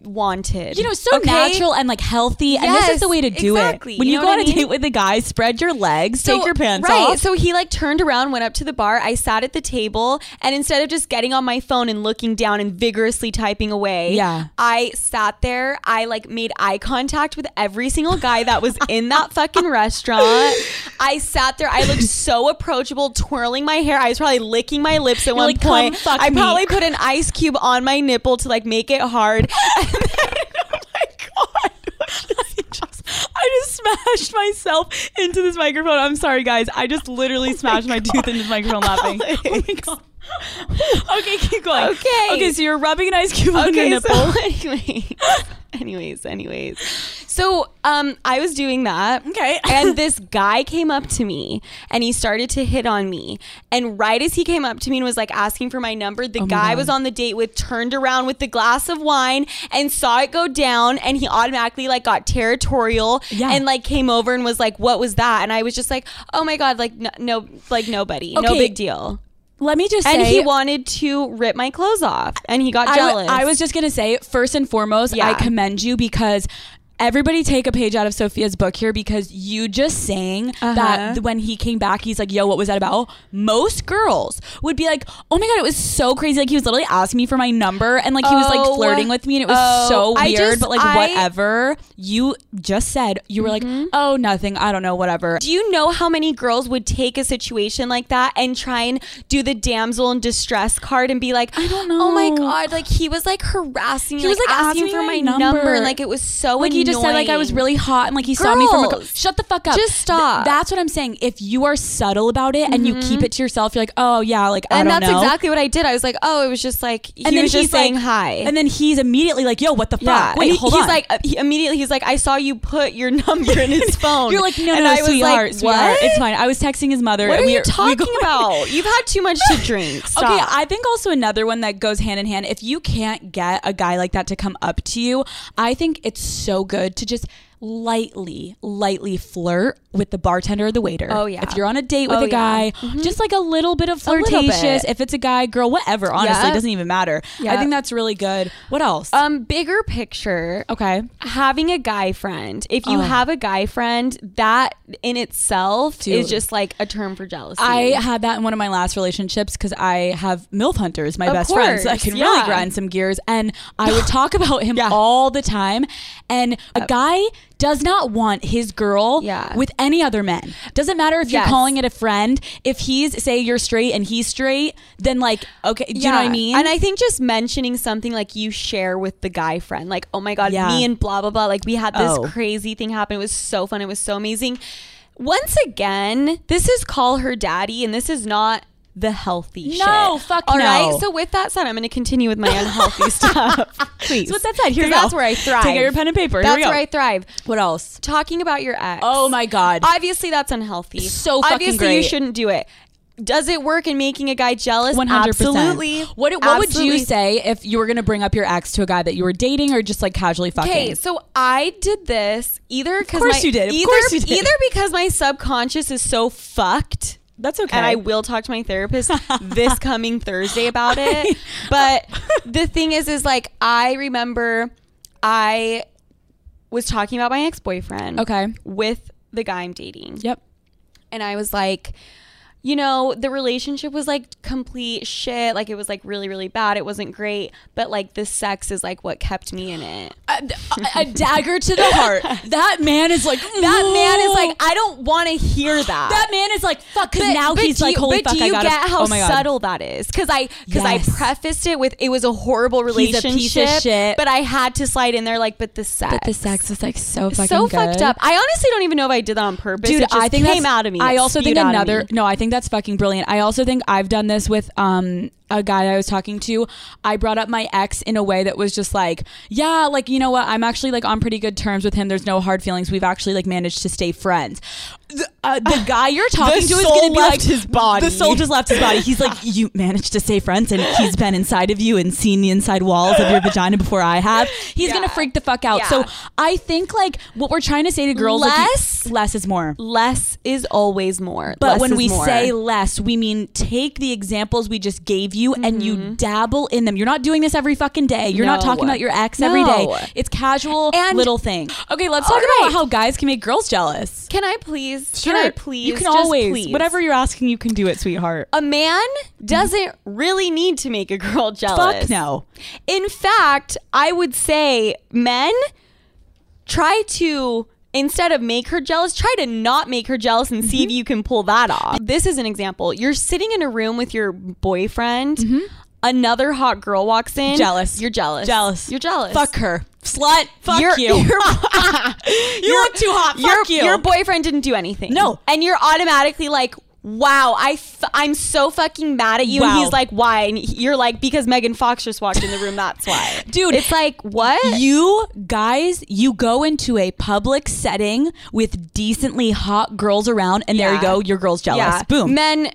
S2: wanted.
S3: You know, so
S2: Okay?
S3: natural and like healthy, and this is
S2: Yes,
S3: the way to do
S2: exactly.
S3: it. When you,
S2: You know
S3: go
S2: what
S3: on
S2: I
S3: a
S2: mean?
S3: date with a guy, spread your legs,
S2: So-
S3: take your pants
S2: right,
S3: off.
S2: So he like turned around, went up to the bar. I sat at the table, and instead of just getting on my phone and looking down and vigorously typing away,
S3: Yeah.
S2: I sat there. I like made eye contact with every single guy that was in that fucking
S3: [LAUGHS]
S2: restaurant. I sat there. I looked so approachable, twirling my hair. I was probably licking my lips at one
S3: like, "Come
S2: point.
S3: fuck
S2: I
S3: me."
S2: probably put an ice cube on my nipple to like make it
S3: [LAUGHS]
S2: hard. [LAUGHS] And then-
S3: oh my god. [LAUGHS] I just, I just smashed myself into this microphone. I'm sorry, guys. I just literally smashed my tooth into this microphone laughing. Oh my god. okay, keep going.
S2: Okay.
S3: Okay, so you're rubbing an ice cube on your
S2: okay,
S3: nipple.
S2: so [LAUGHS] anyways, anyways, anyways. So um, I was doing that.
S3: Okay. [LAUGHS]
S2: and this guy came up to me and he started to hit on me. And right as he came up to me and was like asking for my number, the
S3: Oh my
S2: guy
S3: God.
S2: was on the date with turned around with the glass of wine and saw it go down and he automatically like got territorial
S3: Yeah.
S2: and like came over and was like, "What was that?" And I was just like, "Oh my god, like no, no like nobody. No
S3: Okay.
S2: big deal."
S3: Let me just
S2: And
S3: say
S2: he wanted to rip my clothes off and he got
S3: I w-
S2: jealous.
S3: I was just gonna say, first and foremost, I
S2: Yeah.
S3: commend you because everybody take a page out of Sophia's book here because you just saying that
S2: Uh-huh.
S3: th- when he came back, he's like, "Yo, what was that about?" Most girls would be like, "Oh my god, it was so crazy!" Like he was literally asking me for my number and like he was like
S2: Oh,
S3: flirting with me, and it was
S2: oh,
S3: so
S2: I
S3: weird.
S2: just-
S3: but like
S2: I- Mm-hmm.
S3: whatever, you just said you were like, "Oh, nothing. I don't know. Whatever."
S2: Do you know how many girls would take a situation like that and try and do the damsel in distress card and be like, I
S3: don't
S2: Oh my
S3: know."
S2: god, like he was like harassing me,
S3: He was, like, asking
S2: for
S3: me
S2: my
S3: my
S2: number.
S3: number.
S2: and like it was so
S3: Oh, like he just said like I was
S2: annoying.
S3: really hot and like he saw me from a co-
S2: Girls,
S3: shut the fuck up
S2: just stop. Mm-hmm.
S3: that's what I'm saying if you are subtle about it and you keep it to yourself you're like oh yeah like I
S2: and
S3: don't
S2: that's
S3: know
S2: exactly what I did. I was like, oh, it was just like he
S3: and then
S2: was
S3: he's
S2: just saying
S3: like,
S2: hi.
S3: and then he's immediately like yo what the
S2: yeah,
S3: fuck wait
S2: and he-
S3: hold
S2: he's
S3: on
S2: like uh, he, immediately he's like, I saw you put your [LAUGHS] number in his phone.
S3: you're like no
S2: and
S3: no
S2: I was
S3: sweetheart,
S2: like,
S3: sweetheart
S2: what?
S3: it's fine I was texting his mother
S2: what are
S3: and we
S2: you
S3: we
S2: talking [LAUGHS]
S3: [LAUGHS] going-
S2: about? You've had too much to [LAUGHS] drink. Stop.
S3: Okay, I think also another one that goes hand in hand. If you can't get a guy like that to come up to you, I think it's so good to just lightly, lightly flirt with the bartender or the waiter.
S2: Oh, yeah.
S3: If you're on a date with
S2: Oh,
S3: a guy,
S2: yeah.
S3: just like a little bit of
S2: little bit.
S3: flirtatious. If it's a guy, girl, whatever. Honestly,
S2: Yep.
S3: it doesn't even matter. I
S2: Yep.
S3: think that's really good. What else?
S2: um, bigger picture.
S3: okay.
S2: having a guy friend if you
S3: Oh.
S2: have a guy friend that in itself
S3: Dude.
S2: is just like a term for jealousy
S3: I had that in one of my last relationships because I have MILF hunters, my
S2: Of
S3: best friends. So I
S2: course,
S3: can really
S2: yeah.
S3: grind some gears. And
S2: [GASPS]
S3: I would talk about him
S2: Yeah. Uh,
S3: all the time. And a guy does not want his girl
S2: Yeah.
S3: with any other men. Doesn't matter if you're
S2: Yes.
S3: calling it a friend. If he's, say, you're straight and he's straight, then like, okay, do you know what I mean?
S2: And I think just mentioning something like you share with the guy friend, like, oh my God,
S3: Yeah.
S2: me and blah, blah, blah. Like, we had this
S3: Oh.
S2: crazy thing happen. It was so fun. It was so amazing. Once again, this is call her daddy, and this is not the healthy shit.
S3: No, fuck
S2: All
S3: no.
S2: right. So, with that said, I'm going to continue with my
S3: [LAUGHS]
S2: unhealthy stuff. Please.
S3: so with that said, here
S2: 'Cause
S3: you go.
S2: That's where I thrive.
S3: Take out your pen and paper. Here
S2: That's
S3: we go.
S2: where I thrive.
S3: What else?
S2: Talking about your ex.
S3: Oh my God.
S2: Obviously, that's unhealthy.
S3: So fucking
S2: obviously you
S3: great.
S2: shouldn't do it. Does it work in making a guy jealous?
S3: One hundred percent.
S2: Absolutely.
S3: What What would you
S2: Absolutely.
S3: say if you were going to bring up your ex to a guy that you were dating or just like casually fucking?
S2: Okay, so I did this either because
S3: course you did. Of
S2: either,
S3: course you did.
S2: Either because my subconscious is so fucked,
S3: That's okay.
S2: and I will talk to my therapist
S3: [LAUGHS]
S2: this coming Thursday about it. But the thing is, is like I remember I was talking about my ex boyfriend.
S3: Okay.
S2: with the guy I'm dating.
S3: Yep.
S2: and I was like, you know, the relationship was like complete shit. Like it was like really, really bad. It wasn't great, but like the sex is like what kept me in it.
S3: A, a- a dagger to the [LAUGHS] heart. That man is like
S2: That man is like, I don't want to
S3: [GASPS]
S2: hear that.
S3: that man is like fuck. Because now
S2: but
S3: he's
S2: do
S3: like
S2: you-
S3: holy
S2: but
S3: fuck.
S2: do
S3: I
S2: you
S3: gotta.
S2: get how
S3: oh my god.
S2: subtle that is? Because I because
S3: Yes.
S2: I prefaced it with it was a horrible
S3: He's a
S2: relationship,
S3: piece of shit.
S2: but I had to slide in there like, but the sex,
S3: But the sex was like so fucking
S2: so fucked
S3: good.
S2: up. I honestly don't even know if I did that on purpose.
S3: Dude,
S2: it just
S3: I think
S2: came
S3: that's-
S2: out of me.
S3: I
S2: It
S3: also think
S2: spewed out of
S3: another.
S2: me.
S3: No, I think that's fucking brilliant. I also think I've done this with um a guy I was talking to. I brought up my ex in a way that was just like, yeah, like you know what? I'm actually like on pretty good terms with him. There's no hard feelings. We've actually like managed to stay friends. The, uh, the
S2: [SIGHS]
S3: guy you're talking to is
S2: soul
S3: gonna be
S2: left
S3: like
S2: his body.
S3: The soul just left his body.
S2: [LAUGHS]
S3: He's like, you managed to stay friends, and he's been inside of you and seen the inside walls of your vagina before I have. He's gonna
S2: Yeah.
S3: freak the fuck out.
S2: Yeah.
S3: So I think like what we're trying to say to girls, like,
S2: Less-
S3: less is more.
S2: less is always more.
S3: But
S2: Less
S3: when
S2: is
S3: we
S2: more.
S3: say less, we mean take the examples we just gave you and you dabble in them. You're not doing this every fucking day. You're not
S2: No.
S3: talking about your ex every
S2: No.
S3: day. It's casual
S2: And-
S3: little thing. Okay, let's talk
S2: All
S3: about
S2: right.
S3: how guys can make girls jealous.
S2: Can I please? Can I please?
S3: You can
S2: just
S3: always
S2: please?
S3: whatever you're asking, you can do it, sweetheart.
S2: A man doesn't really need to make a girl [LAUGHS] jealous.
S3: Fuck no.
S2: In fact, I would say men try to instead of make her jealous, try to not make her jealous and see if
S3: Mm-hmm.
S2: you can pull that off. This is an example. You're sitting in a room with your boyfriend. Another hot girl walks in.
S3: Mm-hmm. Jealous.
S2: You're jealous.
S3: Jealous.
S2: You're jealous.
S3: Fuck her, slut. Fuck
S2: You're-
S3: [LAUGHS] you.
S2: you're- [LAUGHS]
S3: you look too hot.
S2: your,
S3: Fuck you.
S2: Your boyfriend didn't do anything.
S3: No.
S2: And you're automatically like, wow, I f- I'm so fucking mad at you.
S3: Wow.
S2: And he's like, why? And he- you're like, because Megan Fox just walked in the room. That's why.
S3: [LAUGHS] Dude,
S2: It's like, what?
S3: you guys, you go into a public setting with decently hot girls around, and there you
S2: Yeah.
S3: go, your girl's jealous. Boom.
S2: Men,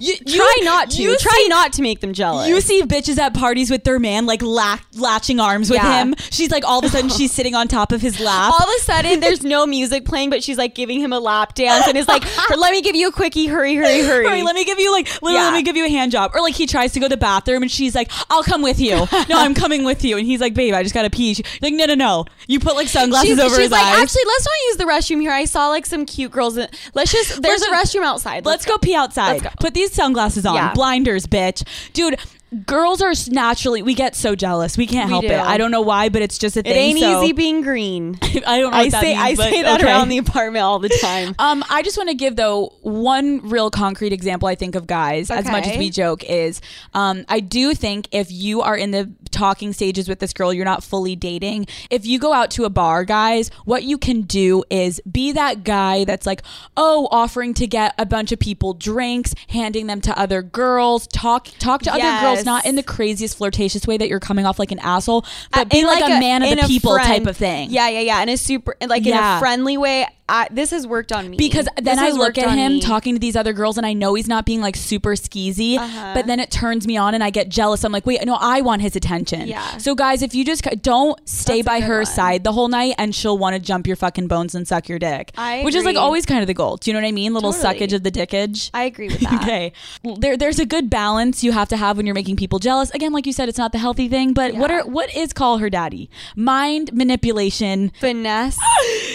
S3: you,
S2: try not to.
S3: you
S2: Try not to make them jealous.
S3: You see bitches at parties with their man, like la- latching arms with
S2: Yeah.
S3: him. She's like, all of a sudden, she's sitting on top of his lap.
S2: all of a sudden, there's no music playing, but she's like giving him a lap dance and
S3: [LAUGHS]
S2: is like, let me give you a quickie, hurry, hurry, hurry.
S3: Hurry, let me give you like, literally,
S2: Yeah.
S3: let me give you a hand job. Or like he tries to go to the bathroom and she's like, I'll come with you.
S2: [LAUGHS]
S3: No, I'm coming with you. And he's like, babe, I just gotta pee. She's like, no, no, no. You put like sunglasses
S2: she's,
S3: over
S2: she's
S3: his
S2: like,
S3: eyes.
S2: actually, let's not use the restroom here. I saw like some cute girls. In- let's just, there's a
S3: Let's-
S2: restroom outside.
S3: Let's go pee
S2: Let's
S3: outside.
S2: go.
S3: Put these sunglasses on.
S2: Yeah.
S3: Blinders, bitch. Dude, girls are s- naturally, we get so jealous. We can't
S2: We
S3: help
S2: do.
S3: it. I don't know why, but it's just a
S2: It
S3: thing.
S2: ain't
S3: so-
S2: easy being green.
S3: [LAUGHS] I don't know what
S2: I
S3: that
S2: say
S3: means,
S2: I
S3: but
S2: say that
S3: okay.
S2: around the apartment all
S3: [LAUGHS]
S2: the time.
S3: Um, I just want to give though one real concrete example. I think of guys as much as
S2: Okay.
S3: we joke is, um, I do think if you are in the talking stages with this girl, you're not fully dating. If you go out to a bar, guys, what you can do is be that guy that's like, oh, offering to get a bunch of people drinks, handing them to other girls, talk talk to other girls,
S2: Yes. Uh,
S3: not in the craziest flirtatious way that you're coming off like an asshole, but be
S2: in,
S3: like, a, man of
S2: in
S3: the
S2: a
S3: people
S2: friend-
S3: type of thing.
S2: Yeah, yeah, yeah. In a super, like in
S3: Yeah.
S2: a friendly way. I, this has worked on me
S3: because
S2: This
S3: then I
S2: has
S3: look
S2: worked
S3: at
S2: on
S3: him
S2: me.
S3: talking to these other girls, and I know he's not being like super skeezy,
S2: Uh-huh.
S3: but then it turns me on, and I get jealous. I'm like, wait, no, I want his attention.
S2: Yeah.
S3: So guys, if you just c- don't stay
S2: That's a
S3: by
S2: good
S3: her
S2: one.
S3: side the whole night, and she'll want to jump your fucking bones and suck your dick,
S2: I
S3: which is like
S2: agree.
S3: always kind of the goal. Do you know what I mean? Little
S2: Totally.
S3: suckage of the dickage.
S2: I agree [LAUGHS] with that.
S3: [LAUGHS] Okay. There, there's a good balance you have to have when you're making people jealous. Again, like you said, it's not the healthy thing, but what
S2: Yeah.
S3: are what is call her daddy? Mind manipulation.
S2: Finesse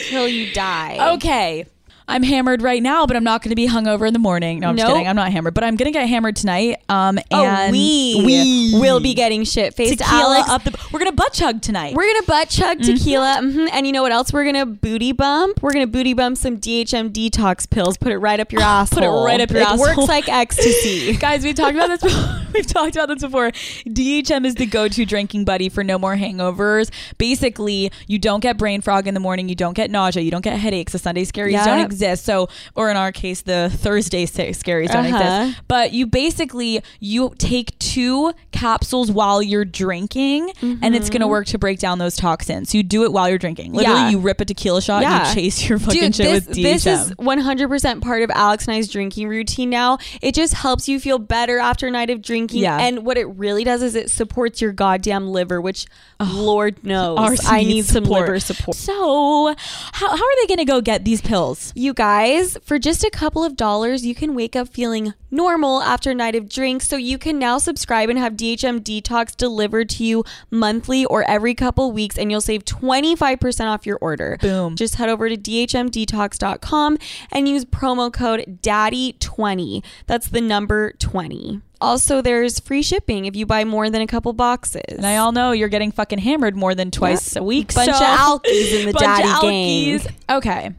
S2: till you die.
S3: Okay. I'm hammered right now, but I'm not going to be hungover in the morning. No, I'm just
S2: Nope.
S3: kidding. I'm not hammered, but I'm going to get hammered tonight. Um,
S2: Oh,
S3: and
S2: we, will be getting shit faced.
S3: tequila
S2: Alex,
S3: up the. We're going to butt chug tonight.
S2: We're gonna butt chug tequila, mhm, and you know what else? We're gonna booty bump. We're gonna booty bump some DHM detox pills. [GASPS] Put it right up your ass.
S3: it right up your
S2: It
S3: asshole.
S2: works like [LAUGHS] ecstasy.
S3: [LAUGHS] Guys, we've talked about this. Before. [LAUGHS] We've talked about this before. DHM is the go-to drinking buddy for no more hangovers. Basically, you don't get brain fog in the morning. You don't get nausea. You don't get headaches. The Sunday scaries don't
S2: Yep.
S3: exist. So, or in our case, the Thursday sa- scaries don't
S2: Uh-huh.
S3: exist. But you basically you take two capsules while you're drinking, and it's gonna work to break down those toxins. You do it while you're drinking. Literally,
S2: Mm-hmm. Yeah.
S3: you rip a tequila shot. and
S2: Yeah.
S3: You chase your fucking
S2: Dude,
S3: shit
S2: this,
S3: with DHM.
S2: this is 100% part of Alex and I's drinking routine now. It just helps you feel better after a night of drinking.
S3: Yeah.
S2: And what it really does is it supports your goddamn liver, which Lord knows
S3: Ours
S2: I
S3: needs
S2: need some
S3: support.
S2: liver support.
S3: So, how, how are they going to go get these pills?
S2: You guys, for just a couple of dollars, you can wake up feeling normal after a night of drinks. So you can now subscribe and have DHM Detox delivered to you monthly or every couple weeks, and you'll save 25% off your order.
S3: Boom.
S2: Just head over to DHMDetox.com and use promo code DADDY20. That's the number 20. Also, there's free shipping if you buy more than a couple boxes.
S3: And I all know you're getting fucking hammered more than twice a week.
S2: Bunch
S3: so.
S2: of alkies
S3: [LAUGHS]
S2: in the
S3: Bunch of
S2: daddy gang.
S3: alkies. Okay.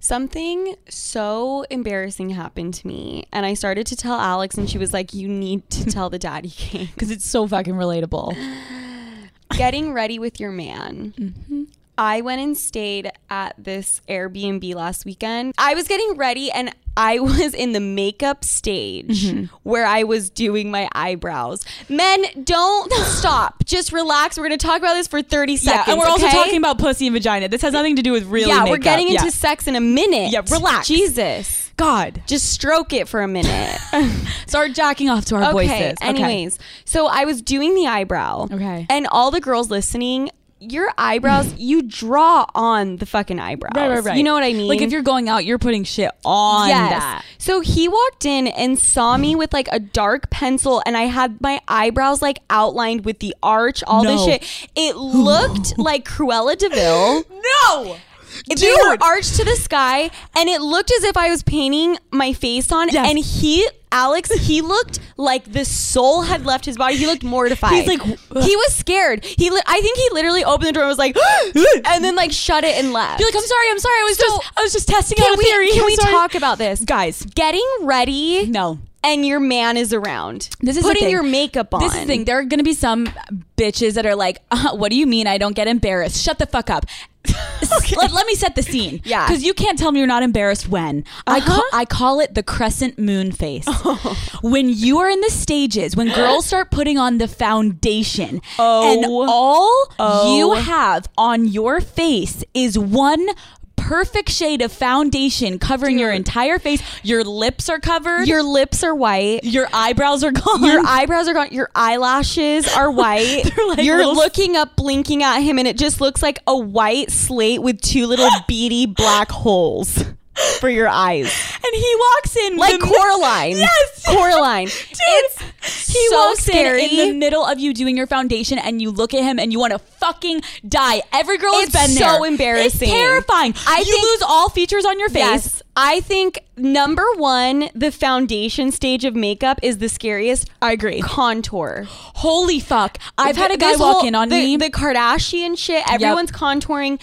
S2: Something so embarrassing happened to me, and I started to tell Alex, and she was like, You need
S3: [LAUGHS]
S2: to tell the daddy gang.
S3: Because it's so fucking relatable.
S2: Getting ready with your man.
S3: Mm-hmm.
S2: I went and stayed at this Airbnb last weekend. I was getting ready, and I [LAUGHS] was in the makeup stage
S3: Mm-hmm.
S2: where I was doing my eyebrows. Men,
S3: [LAUGHS]
S2: don't stop. Just relax. We're going to talk about this for 30 seconds.
S3: and we're also
S2: okay?
S3: talking about pussy and vagina. This has nothing to do with really.
S2: Yeah, we're
S3: makeup.
S2: getting into
S3: Yeah.
S2: sex in a minute.
S3: Yeah, relax.
S2: Jesus.
S3: God.
S2: Just stroke it for a
S3: [LAUGHS]
S2: minute.
S3: Start jacking off to our voices. Okay.
S2: Anyways, so I was doing the eyebrow.
S3: Okay.
S2: And all the girls listening, your eyebrows,
S3: [LAUGHS]
S2: you draw on the fucking eyebrows.
S3: Right, right, right.
S2: You know what I mean?
S3: Like if you're going out, you're putting shit on that.
S2: So he walked in and saw me with like a dark pencil, and I had my eyebrows like outlined with the arch, all this
S3: No.
S2: shit. It
S3: [LAUGHS]
S2: looked like Cruella Deville.
S3: No.
S2: They were arched to the sky, and it looked as if I was painting my face on.
S3: Yes.
S2: And he, Alex,
S3: [LAUGHS]
S2: he looked like the soul had left his body. He looked mortified.
S3: He's like, "Ugh."
S2: he was scared. He, li- I think he literally opened the door and was like, [GASPS] and then like shut it and left.
S3: You're like, I'm sorry, I'm sorry. I was
S2: So-
S3: just, I was just testing out
S2: can
S3: a theory.
S2: we, can
S3: I'm
S2: we
S3: sorry."
S2: talk about this?
S3: guys?
S2: Getting ready
S3: No.
S2: and your man is around.
S3: This is the
S2: putting
S3: thing.
S2: your makeup on.
S3: This is the thing. There are going to be some bitches that are like, uh, "What do you mean I don't get embarrassed? Shut the
S2: [LAUGHS]
S3: fuck up." [LAUGHS] let, let me set the scene.
S2: Yeah.
S3: because you can't tell me you're not embarrassed when I call
S2: Uh-huh. Oh.
S3: I call it the crescent
S2: [LAUGHS]
S3: moon face. When you are in the stages, when
S2: [GASPS]
S3: girls start putting on the foundation, and
S2: Oh.
S3: all you
S2: Oh.
S3: have on your face is one. Perfect shade of foundation covering your entire face. Your lips are covered.
S2: Your lips are white.
S3: your eyebrows are [LAUGHS] gone.
S2: Your eyebrows are gone. Your eyelashes are white.
S3: [LAUGHS] They're like
S2: You're
S3: little-
S2: looking up, blinking at him, and it just looks like a white slate with two
S3: [LAUGHS]
S2: little beady black holes for your eyes,
S3: and he walks in
S2: like
S3: the mi-
S2: Coraline.
S3: [LAUGHS] Yes, [LAUGHS]
S2: Coraline.
S3: Dude,
S2: [LAUGHS] It's
S3: he
S2: so
S3: walks
S2: scary.
S3: in in the middle of you doing your foundation, and you look at him, and you want to fucking die. Every girl
S2: It's
S3: has been
S2: so
S3: there.
S2: embarrassing.
S3: It's terrifying.
S2: I
S3: you
S2: think-
S3: lose all features on your face.
S2: Yes. I think number one, the foundation stage of makeup is the scariest. I agree. Contour.
S3: Holy fuck! I've had a
S2: Th-
S3: guy
S2: this
S3: walk
S2: whole-
S3: in on
S2: the,
S3: me.
S2: The Kardashian shit. Everyone's contouring.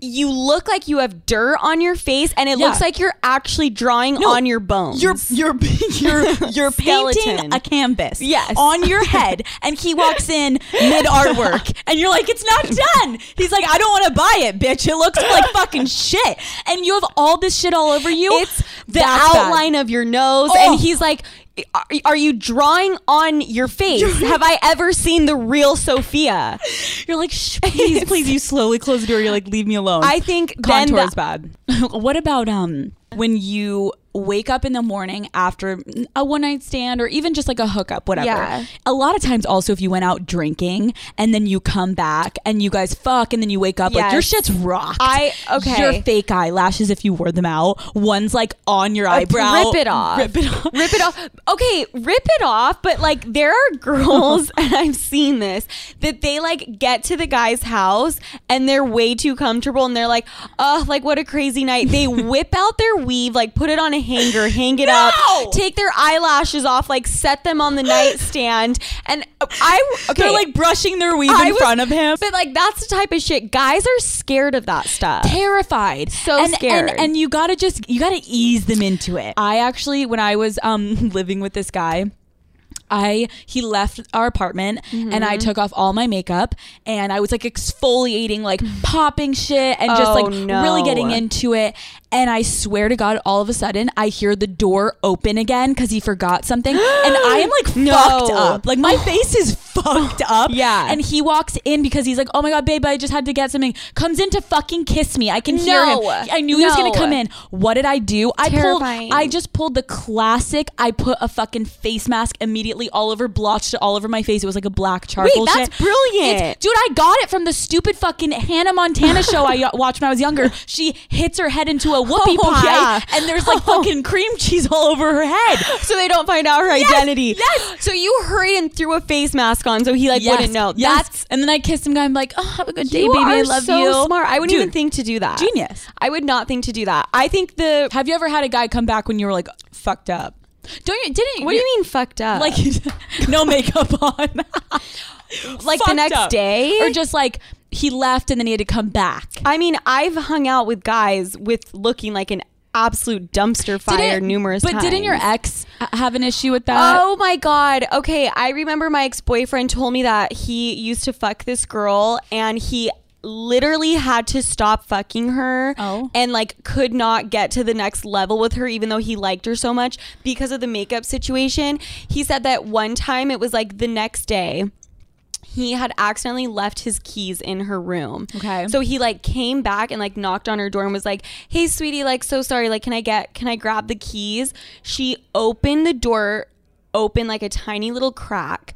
S2: You look like you have dirt on your face, and it
S3: Yeah.
S2: looks like you're actually drawing on your bones.
S3: you're you're
S2: [LAUGHS]
S3: you're you're painting
S2: Skeleton.
S3: a canvas
S2: Yes.
S3: on your head and he walks in
S2: [LAUGHS]
S3: mid artwork and you're like it's not done he's like i don't want to buy it bitch it looks like fucking shit and you have all this shit all over you
S2: it's the
S3: That's bad.
S2: outline of your nose,
S3: Oh.
S2: and he's like, are, "Are you drawing on your face?
S3: [LAUGHS]
S2: Have I ever seen the real Sophia?"
S3: You're like, Shh,
S2: [LAUGHS]
S3: please, please. You slowly close the door. You're like, leave me alone.
S2: I think then
S3: contour
S2: the-
S3: is bad. [LAUGHS] what about um when you wake up in the morning after a one night stand or even just like a hookup, whatever.
S2: Yeah.
S3: A lot of times, also if you went out drinking and then you come back and you guys fuck and then you wake up like your
S2: Yes.
S3: shit's rocked.
S2: I- okay.
S3: Your fake eyelashes, if you wore them out, one's like on your eyebrow.
S2: Rip it off.
S3: Rip it off.
S2: Rip it off. Okay, rip it off. But like, there are [LAUGHS] girls, and I've seen this, that they like get to the guy's house and they're way too comfortable and they're like, oh, like what a crazy night. [LAUGHS] They whip out their weave, like put it on a hanger, hang it
S3: No!
S2: up, take their eyelashes off, like set them on the nightstand. And I, okay.
S3: They're like brushing their weave
S2: I
S3: in
S2: was-
S3: front of him.
S2: but like, that's the type of shit. Guys are scared of that stuff.
S3: terrified
S2: So
S3: and,
S2: scared.
S3: and, and you gotta just you gotta ease them into it i actually when i was um [LAUGHS] living with this guy I he left our apartment and I took off all my makeup and I was like exfoliating [SIGHS] like popping shit and just
S2: Oh,
S3: like really
S2: no.
S3: getting into it and I swear to god all of a sudden I hear the door open again cuz he forgot [GASPS] something and I am like
S2: No.
S3: fucked up like my face
S2: [LAUGHS]
S3: is fucked
S2: Oh.
S3: up
S2: Yeah.
S3: and he walks in because he's like oh my god babe I just had to get something comes in to fucking kiss me I can hear him
S2: No.
S3: I knew he was going
S2: No.
S3: to come in what did I do I
S2: Terrifying.
S3: pulled I just pulled the classic. I put a fucking face mask immediately all over, blotched it all over my face. It was like a black charcoal.
S2: that's
S3: shit.
S2: brilliant.
S3: dude! I got it from the stupid fucking Hannah Montana show I [LAUGHS] y- watched when I was younger. She hits her head into a whoopie
S2: [LAUGHS] Oh,
S3: pie,
S2: yeah. Oh.
S3: and
S2: [LAUGHS]
S3: there's like fucking cream cheese all over her head.
S2: [LAUGHS] so they don't find out her identity.
S3: yes.
S2: So you hurried and threw a face mask on so he like wouldn't know.
S3: Yes.
S2: That's
S3: and then I kissed some guy. I'm like, oh, have a good day,
S2: you
S3: baby. I
S2: are
S3: love
S2: so
S3: you.
S2: Smart. I wouldn't
S3: Dude,
S2: even think to do that.
S3: Genius.
S2: I would not think to do that. I think the.
S3: Have you ever had a guy come back when you were like fucked up? Don't you? Didn't
S2: What do you mean fucked up?
S3: Like [LAUGHS] no makeup
S2: [LAUGHS]
S3: on.
S2: like the
S3: fucked
S2: next
S3: up.
S2: day?
S3: or just like he left and then he had to come back.
S2: I mean, I've hung out with guys with looking like an absolute dumpster fire
S3: Didn't-
S2: numerous
S3: but
S2: times.
S3: didn't your ex h- have an issue with that?
S2: Oh my god. Okay, I remember my ex-boyfriend told me that he used to fuck this girl and he literally had to stop fucking her
S3: Oh.
S2: and like could not get to the next level with her even though he liked her so much because of the makeup situation. He said that one time it was like the next day he had accidentally left his keys in her room.
S3: Okay.
S2: So he like came back and like knocked on her door and was like, "Hey, sweetie, like so sorry. Like, can I get can I grab the keys?" She opened the door, opened like a tiny little crack.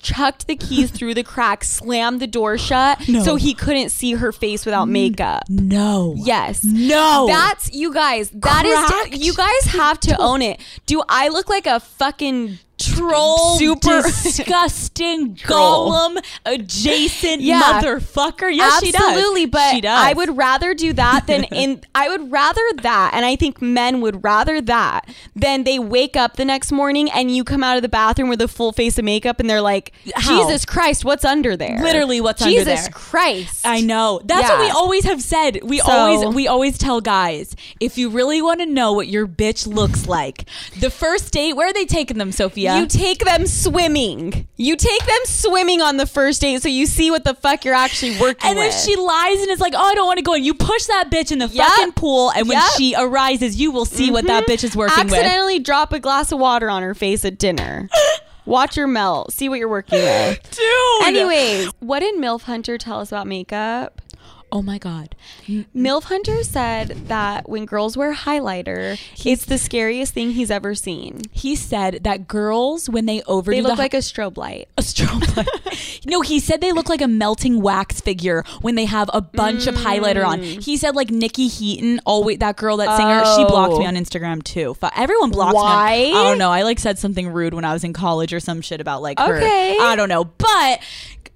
S2: Chucked the keys
S3: [LAUGHS]
S2: through the crack, slammed the door shut,
S3: No.
S2: so he couldn't see her face without makeup.
S3: no.
S2: Yes.
S3: No.
S2: That's you guys. That is
S3: Cracked
S2: you guys have to own it. Do I look like a fucking
S3: troll, [LAUGHS]
S2: Super-
S3: disgusting,
S2: Troll.
S3: golem adjacent
S2: Yeah.
S3: motherfucker. Yes, she does.
S2: Absolutely, but
S3: She does.
S2: I would rather do that
S3: [LAUGHS]
S2: than in. I would rather that, and I think men would rather that than they wake up the next morning and you come out of the bathroom with a full face of makeup and they're like,
S3: How?
S2: "Jesus Christ, what's under there?"
S3: Literally, what's under
S2: Jesus
S3: there.
S2: Christ,
S3: I know. That's what
S2: Yeah.
S3: we always have said. We
S2: So-
S3: always we always tell guys, if you really want to know what your bitch looks like, the first date, where are they taking them, Sophia?
S2: You take them swimming. You take them swimming on the first date, so you see what the fuck you're
S3: [LAUGHS]
S2: actually working
S3: and
S2: with.
S3: if she lies and is like, "Oh, I don't want to go," in, you push that bitch in the
S2: Yep.
S3: fucking pool, and when
S2: Yep.
S3: she arises, you will see what
S2: Mm-hmm.
S3: that bitch is working with.
S2: accidentally drop a glass of water on her face at
S3: [LAUGHS]
S2: dinner, watch her melt. See what you're working with.
S3: Dude.
S2: Anyways, what did MILF Hunter tell us about makeup?
S3: oh my god,
S2: MILF Hunter said that when girls wear highlighter, it's the scariest thing he's ever seen.
S3: he said that girls when they overdo
S2: They
S3: the
S2: look like a strobe light.
S3: [LAUGHS] a strobe light. no, he said they look like a melting wax figure when they have a bunch of highlighter on. He said like Nikki Heaton, always that girl, that singer. She blocked me
S2: Mm. Oh.
S3: on Instagram too. Fu- Everyone blocks me.
S2: Why?
S3: on- I don't know. I like said something rude when I was in college or some shit about like her.
S2: Okay.
S3: I don't know, but.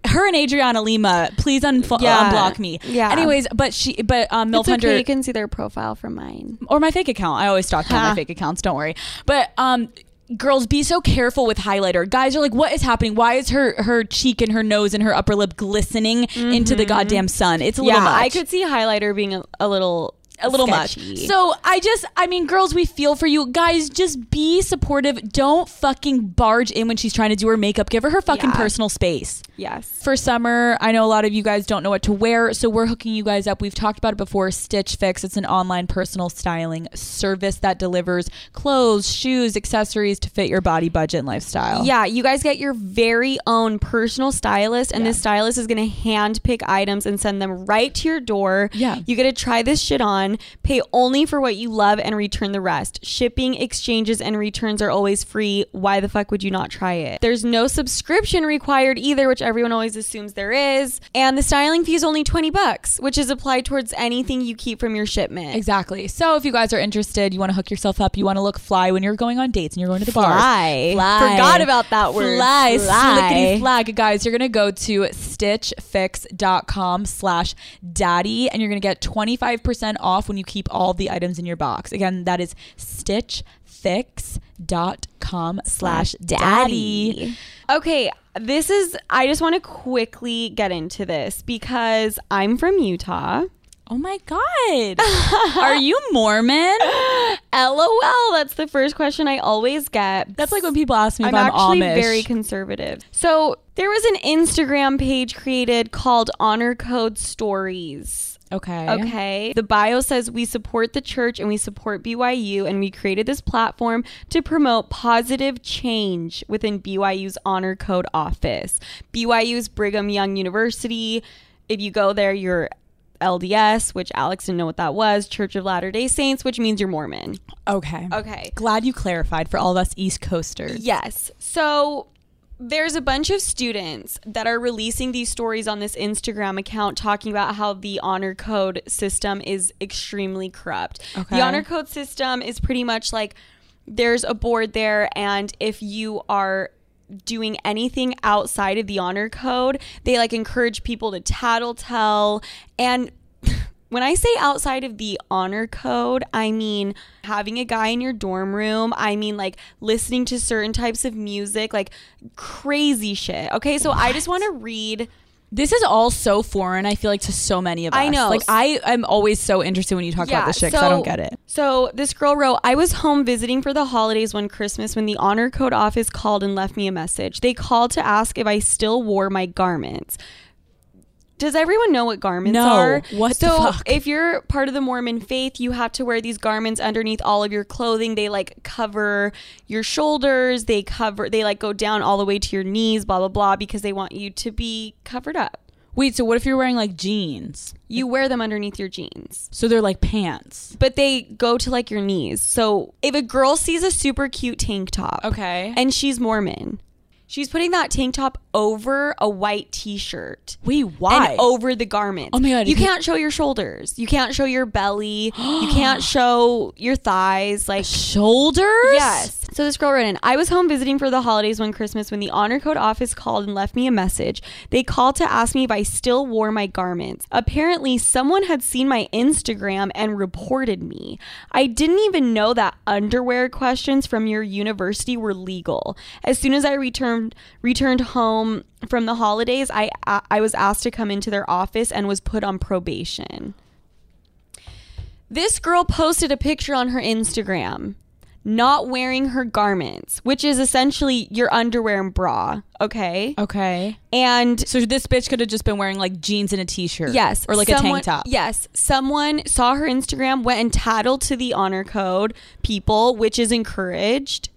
S3: Her and Adriana Lima, please unfo-
S2: Yeah.
S3: unblock me.
S2: Yeah.
S3: Anyways, but she, but um, Milf
S2: It's okay,
S3: Hunter
S2: you can see their profile from mine.
S3: or my fake account. I always stalk all my
S2: Ha.
S3: fake accounts. Don't worry. But um, girls, be so careful with highlighter. Guys are like, what is happening? Why is her her cheek and her nose and her upper lip glistening into the goddamn sun? It's a little much.
S2: Mm-hmm. I could see highlighter being a, a little
S3: a little much.
S2: sketchy.
S3: So I just, I mean, girls, we feel for you. Guys, just be supportive. Don't fucking barge in when she's trying to do her makeup. Give her her fucking
S2: Yeah.
S3: personal space
S2: yes.
S3: for summer. I know a lot of you guys don't know what to wear, so we're hooking you guys up. We've talked about it before Stitch Fix. It's an online personal styling service that delivers clothes, shoes, accessories to fit your body budget and lifestyle.
S2: Yeah, you guys get your very own personal stylist, and this stylist is going to handpick items and send them right to your door.
S3: Yeah.
S2: You get to try this shit on, pay only for what you love, and return the rest. Shipping, exchanges, and returns are always free. Why the fuck would you not try it? There's no subscription required either, which everyone always assumes there is. And the styling fee is only 20 bucks, which is applied towards anything you keep from your shipment.
S3: Exactly. So if you guys are interested, you want to hook yourself up, you want to look fly when you're going on dates and you're going to the bars.
S2: Fly.
S3: Fly.
S2: Forgot about that word.
S3: Fly.
S2: Fly.
S3: Slickety flag. Guys, you're going to go to stitchfix.com slash daddy and you're going to get 25% off when you keep all the items in your box. Again, that is stitchfix.com slash daddy.
S2: Okay, this is, I just want to quickly get into this because I'm from Utah.
S3: Oh my
S2: [LAUGHS]
S3: God. are you Mormon?
S2: LOL, that's the first question I always get.
S3: That's like when people ask me
S2: I'm,
S3: if I'm,
S2: actually
S3: Amish.
S2: very conservative. So there was an Instagram page created called Honor Code Stories.
S3: okay.
S2: Okay. The bio says we support the church and we support BYU, and we created this platform to promote positive change within BYU's Honor Code office. BYU's Brigham Young University. If you go there, you're LDS, which Alex didn't know what that was, Church of Latter day Saints, which means you're Mormon.
S3: Okay.
S2: Okay.
S3: Glad you clarified for all of us East Coasters.
S2: Yes. So there's a bunch of students that are releasing these stories on this Instagram account talking about how the honor code system is extremely corrupt.
S3: Okay.
S2: The honor code system is pretty much like there's a board there, and if you are doing anything outside of the honor code, they like encourage people to tattletale. And [LAUGHS] when I say outside of the honor code, I mean having a guy in your dorm room. I mean like listening to certain types of music, like crazy shit. Okay, so I just want to read.
S3: This is all so foreign, I feel like, to so many of us.
S2: I know.
S3: Like, I am always so interested when you talk about this shit because I don't get it.
S2: So this girl wrote, I was home visiting for the holidays one Christmas when the honor code office called and left me a message. They called to ask if I still wore my garments. Does everyone know what garments
S3: No.
S2: are?
S3: What the
S2: so
S3: fuck?
S2: if you're part of the Mormon faith, you have to wear these garments underneath all of your clothing. They like cover your shoulders, they cover they like go down all the way to your knees, blah blah blah, because they want you to be covered up.
S3: Wait, so what if you're wearing like jeans?
S2: You wear them underneath your jeans.
S3: So they're like pants.
S2: but they go to like your knees. So if a girl sees a super cute tank top,
S3: Okay.
S2: and she's Mormon, She's putting that tank top over a white t-shirt.
S3: Wait, why?
S2: And over the garments.
S3: Oh my God,
S2: You
S3: you-
S2: can't show your shoulders. You can't show your belly. you
S3: [GASPS]
S2: can't show your thighs. Like
S3: shoulders?
S2: Yes. So this girl wrote in, I was home visiting for the holidays one Christmas when the honor code office called and left me a message. They called to ask me if I still wore my garments. Apparently, someone had seen my Instagram and reported me. I didn't even know that underwear questions from your university were legal. As soon as I returned returned home from the holidays, I I was asked to come into their office and was put on probation. This girl posted a picture on her Instagram not wearing her garments, which is essentially your underwear and bra, okay?
S3: Okay.
S2: And
S3: So this bitch could have just been wearing like jeans and a t-shirt.
S2: yes,
S3: Or like
S2: someone-
S3: a tank top.
S2: Yes, someone saw her Instagram, went and tattled to the honor code people, which is encouraged.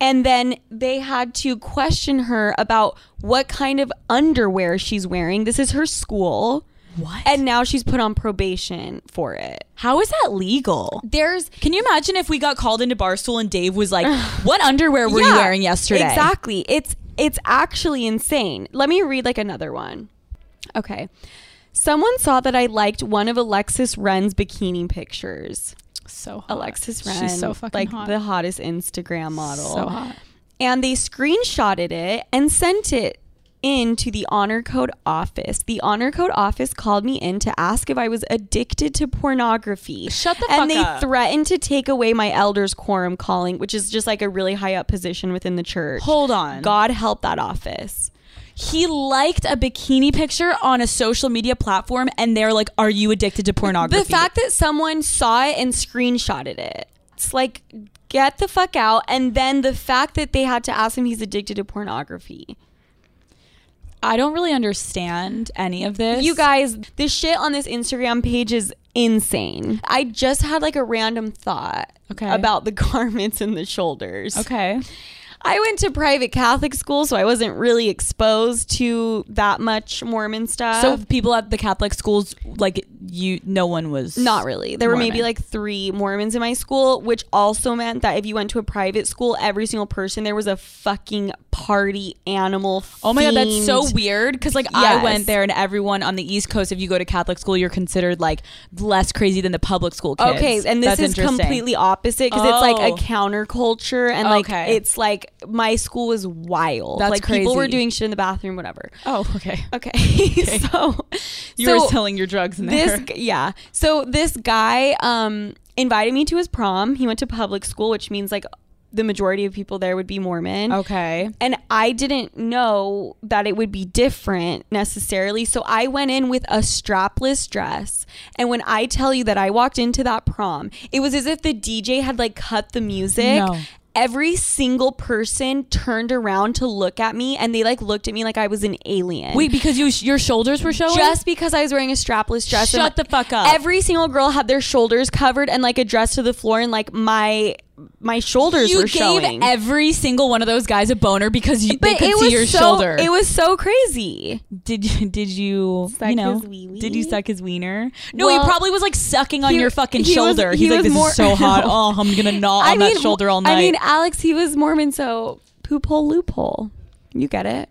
S2: And then they had to question her about what kind of underwear she's wearing. This is her school.
S3: What?
S2: And now she's put on probation for it.
S3: how is that legal?
S2: There's
S3: Can you imagine if we got called into Barstool and
S2: [SIGHS]
S3: Dave was like, "What underwear were you
S2: Yeah,
S3: wearing yesterday?"
S2: Exactly. It's it's actually insane. Let me read like another one. Okay. Someone saw that I liked one of Alexis Ren's bikini pictures.
S3: So hot.
S2: Alexis Ren,
S3: Oh, She's so fucking
S2: like
S3: hot.
S2: the hottest Instagram model.
S3: So hot.
S2: And they screenshotted it and sent it in to the honor code office. The honor code office called me in to ask if I was addicted to pornography.
S3: Shut the
S2: and
S3: fuck
S2: they
S3: up.
S2: threatened to take away my elders quorum calling, which is just like a really high up position within the church.
S3: Hold on.
S2: God help that office.
S3: He liked a bikini picture on a social media platform, and they're like, "Are you addicted to pornography?"
S2: The fact that someone saw it and screenshotted it. It's like get the fuck out and then the fact that they had to ask him he's addicted to pornography.
S3: I don't really understand any of this.
S2: You guys, the shit on this Instagram page is insane. I just had like a random thought
S3: Okay.
S2: about the [LAUGHS] garments and the shoulders.
S3: Okay.
S2: I went to private Catholic school, so I wasn't really exposed to that much Mormon stuff.
S3: So people at the Catholic schools, like you, no one was
S2: not really. There were maybe
S3: Mormon.
S2: like three Mormons in my school, which also meant that if you went to a private school, every single person there was a fucking party animal.
S3: Oh my god, that's so
S2: themed-
S3: weird. Because like
S2: Yes.
S3: I went there, and everyone on the East Coast, if you go to Catholic school, you're considered like less crazy than the public school kids.
S2: Okay, and this
S3: That's
S2: is
S3: interesting.
S2: completely opposite because it's like
S3: Oh.
S2: a counterculture, and like
S3: Okay.
S2: it's like my school was wild.
S3: That's
S2: like people were
S3: crazy.
S2: doing shit in the bathroom, whatever.
S3: Oh, [LAUGHS] okay.
S2: Okay, [LAUGHS] so
S3: You
S2: so
S3: were selling your drugs in there.
S2: this, g- yeah. So this guy um invited me to his prom. He went to public school, which means like the majority of people there would be Mormon.
S3: okay.
S2: And I didn't know that it would be different necessarily. So I went in with a strapless dress. And when I tell you that I walked into that prom, it was as if the DJ had like cut the music.
S3: No.
S2: Every single person turned around to look at me and they like looked at me like I was an alien.
S3: Wait, because you your shoulders were showing.
S2: Just because I was wearing a strapless dress. and,
S3: Shut the fuck up.
S2: Every single girl had their shoulders covered and like a dress to the floor and like my my shoulders
S3: you
S2: were
S3: gave
S2: showing.
S3: every single one of those guys a boner because you, they
S2: but
S3: could
S2: it
S3: see
S2: was
S3: your
S2: so
S3: shoulder.
S2: it was so crazy.
S3: did you did you
S2: Suck
S3: you know
S2: his wee-wee?
S3: did you suck his wiener? No,
S2: Well,
S3: he probably was like sucking on
S2: he-
S3: your fucking
S2: he was-
S3: shoulder.
S2: he
S3: He's like,
S2: was
S3: this
S2: more- [LAUGHS]
S3: is so hot.
S2: No.
S3: Oh, I'm gonna gnaw on that shoulder all night.
S2: I mean, Alex, he was Mormon, so poop hole loophole. You get it?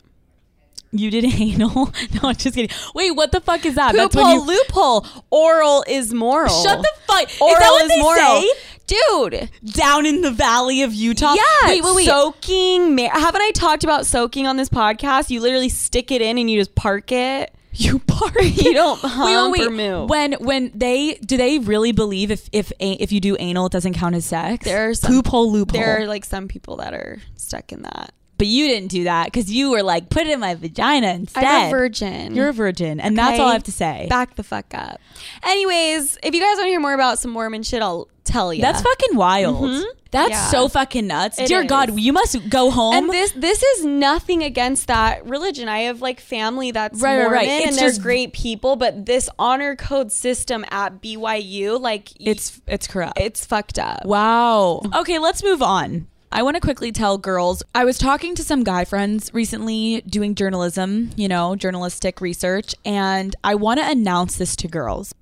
S3: You did [LAUGHS] anal? No, I'm just kidding. Wait, what the fuck is that?
S2: Poop
S3: when
S2: hole
S3: you-
S2: loophole. Oral is moral.
S3: Shut the fuck.
S2: Oral
S3: is that what
S2: is
S3: they
S2: moral.
S3: say?
S2: Dude,
S3: Down in the valley of Utah.
S2: yeah.
S3: Wait, wait, wait.
S2: Soaking. Ma- Haven't I talked about soaking on this podcast? You literally stick it in and you just park it.
S3: [LAUGHS] you park.
S2: [LAUGHS] You don't hump or move.
S3: When when they do they really believe if if a- if you do anal it doesn't count as sex?
S2: There are some-
S3: poop hole loophole.
S2: There are like some people that are stuck in that.
S3: but you didn't do that because you were like put it in my vagina instead.
S2: I'm a virgin.
S3: You're a virgin, and that's all I
S2: Okay?
S3: have to say.
S2: Back the fuck up. Anyways, if you guys want to hear more about some Mormon shit, I'll tell you.
S3: That's fucking wild. That's
S2: Mm-hmm. Yeah.
S3: so fucking nuts.
S2: It
S3: Dear
S2: is.
S3: God, you must go home.
S2: and this this is nothing against that religion. I have like family that's
S3: Right, right,
S2: Mormon
S3: right.
S2: and
S3: It's
S2: they're
S3: just-
S2: great people, but this honor code system at BYU, like y-
S3: it's it's corrupt.
S2: it's fucked up.
S3: Wow. Okay, let's move on. I want to quickly tell girls I was talking to some guy friends recently doing journalism, you know, journalistic research, and I want to announce this to girls.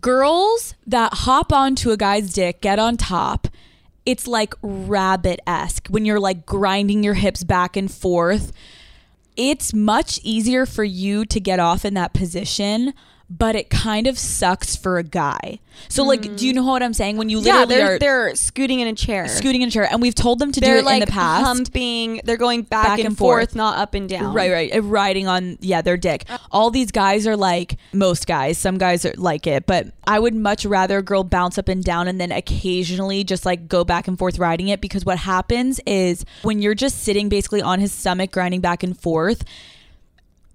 S3: Girls that hop onto a guy's dick, get on top, it's like rabbit esque when you're like grinding your hips back and forth. It's much easier for you to get off in that position, but it kind of sucks for a guy. So, like, do you know what I'm saying? When you
S2: Yeah, they're
S3: literally are
S2: they're scooting in a chair.
S3: scooting in a chair, and we've told them to do
S2: they're
S3: it
S2: like
S3: in the past.
S2: humping. They're going back, and, forth, not up and down.
S3: Right, right. Uh, Riding on, yeah, their dick. All these guys are like, most guys, some guys are like it, but I would much rather a girl bounce up and down and then occasionally just like go back and forth riding it because what happens is when you're just sitting basically on his stomach grinding back and forth,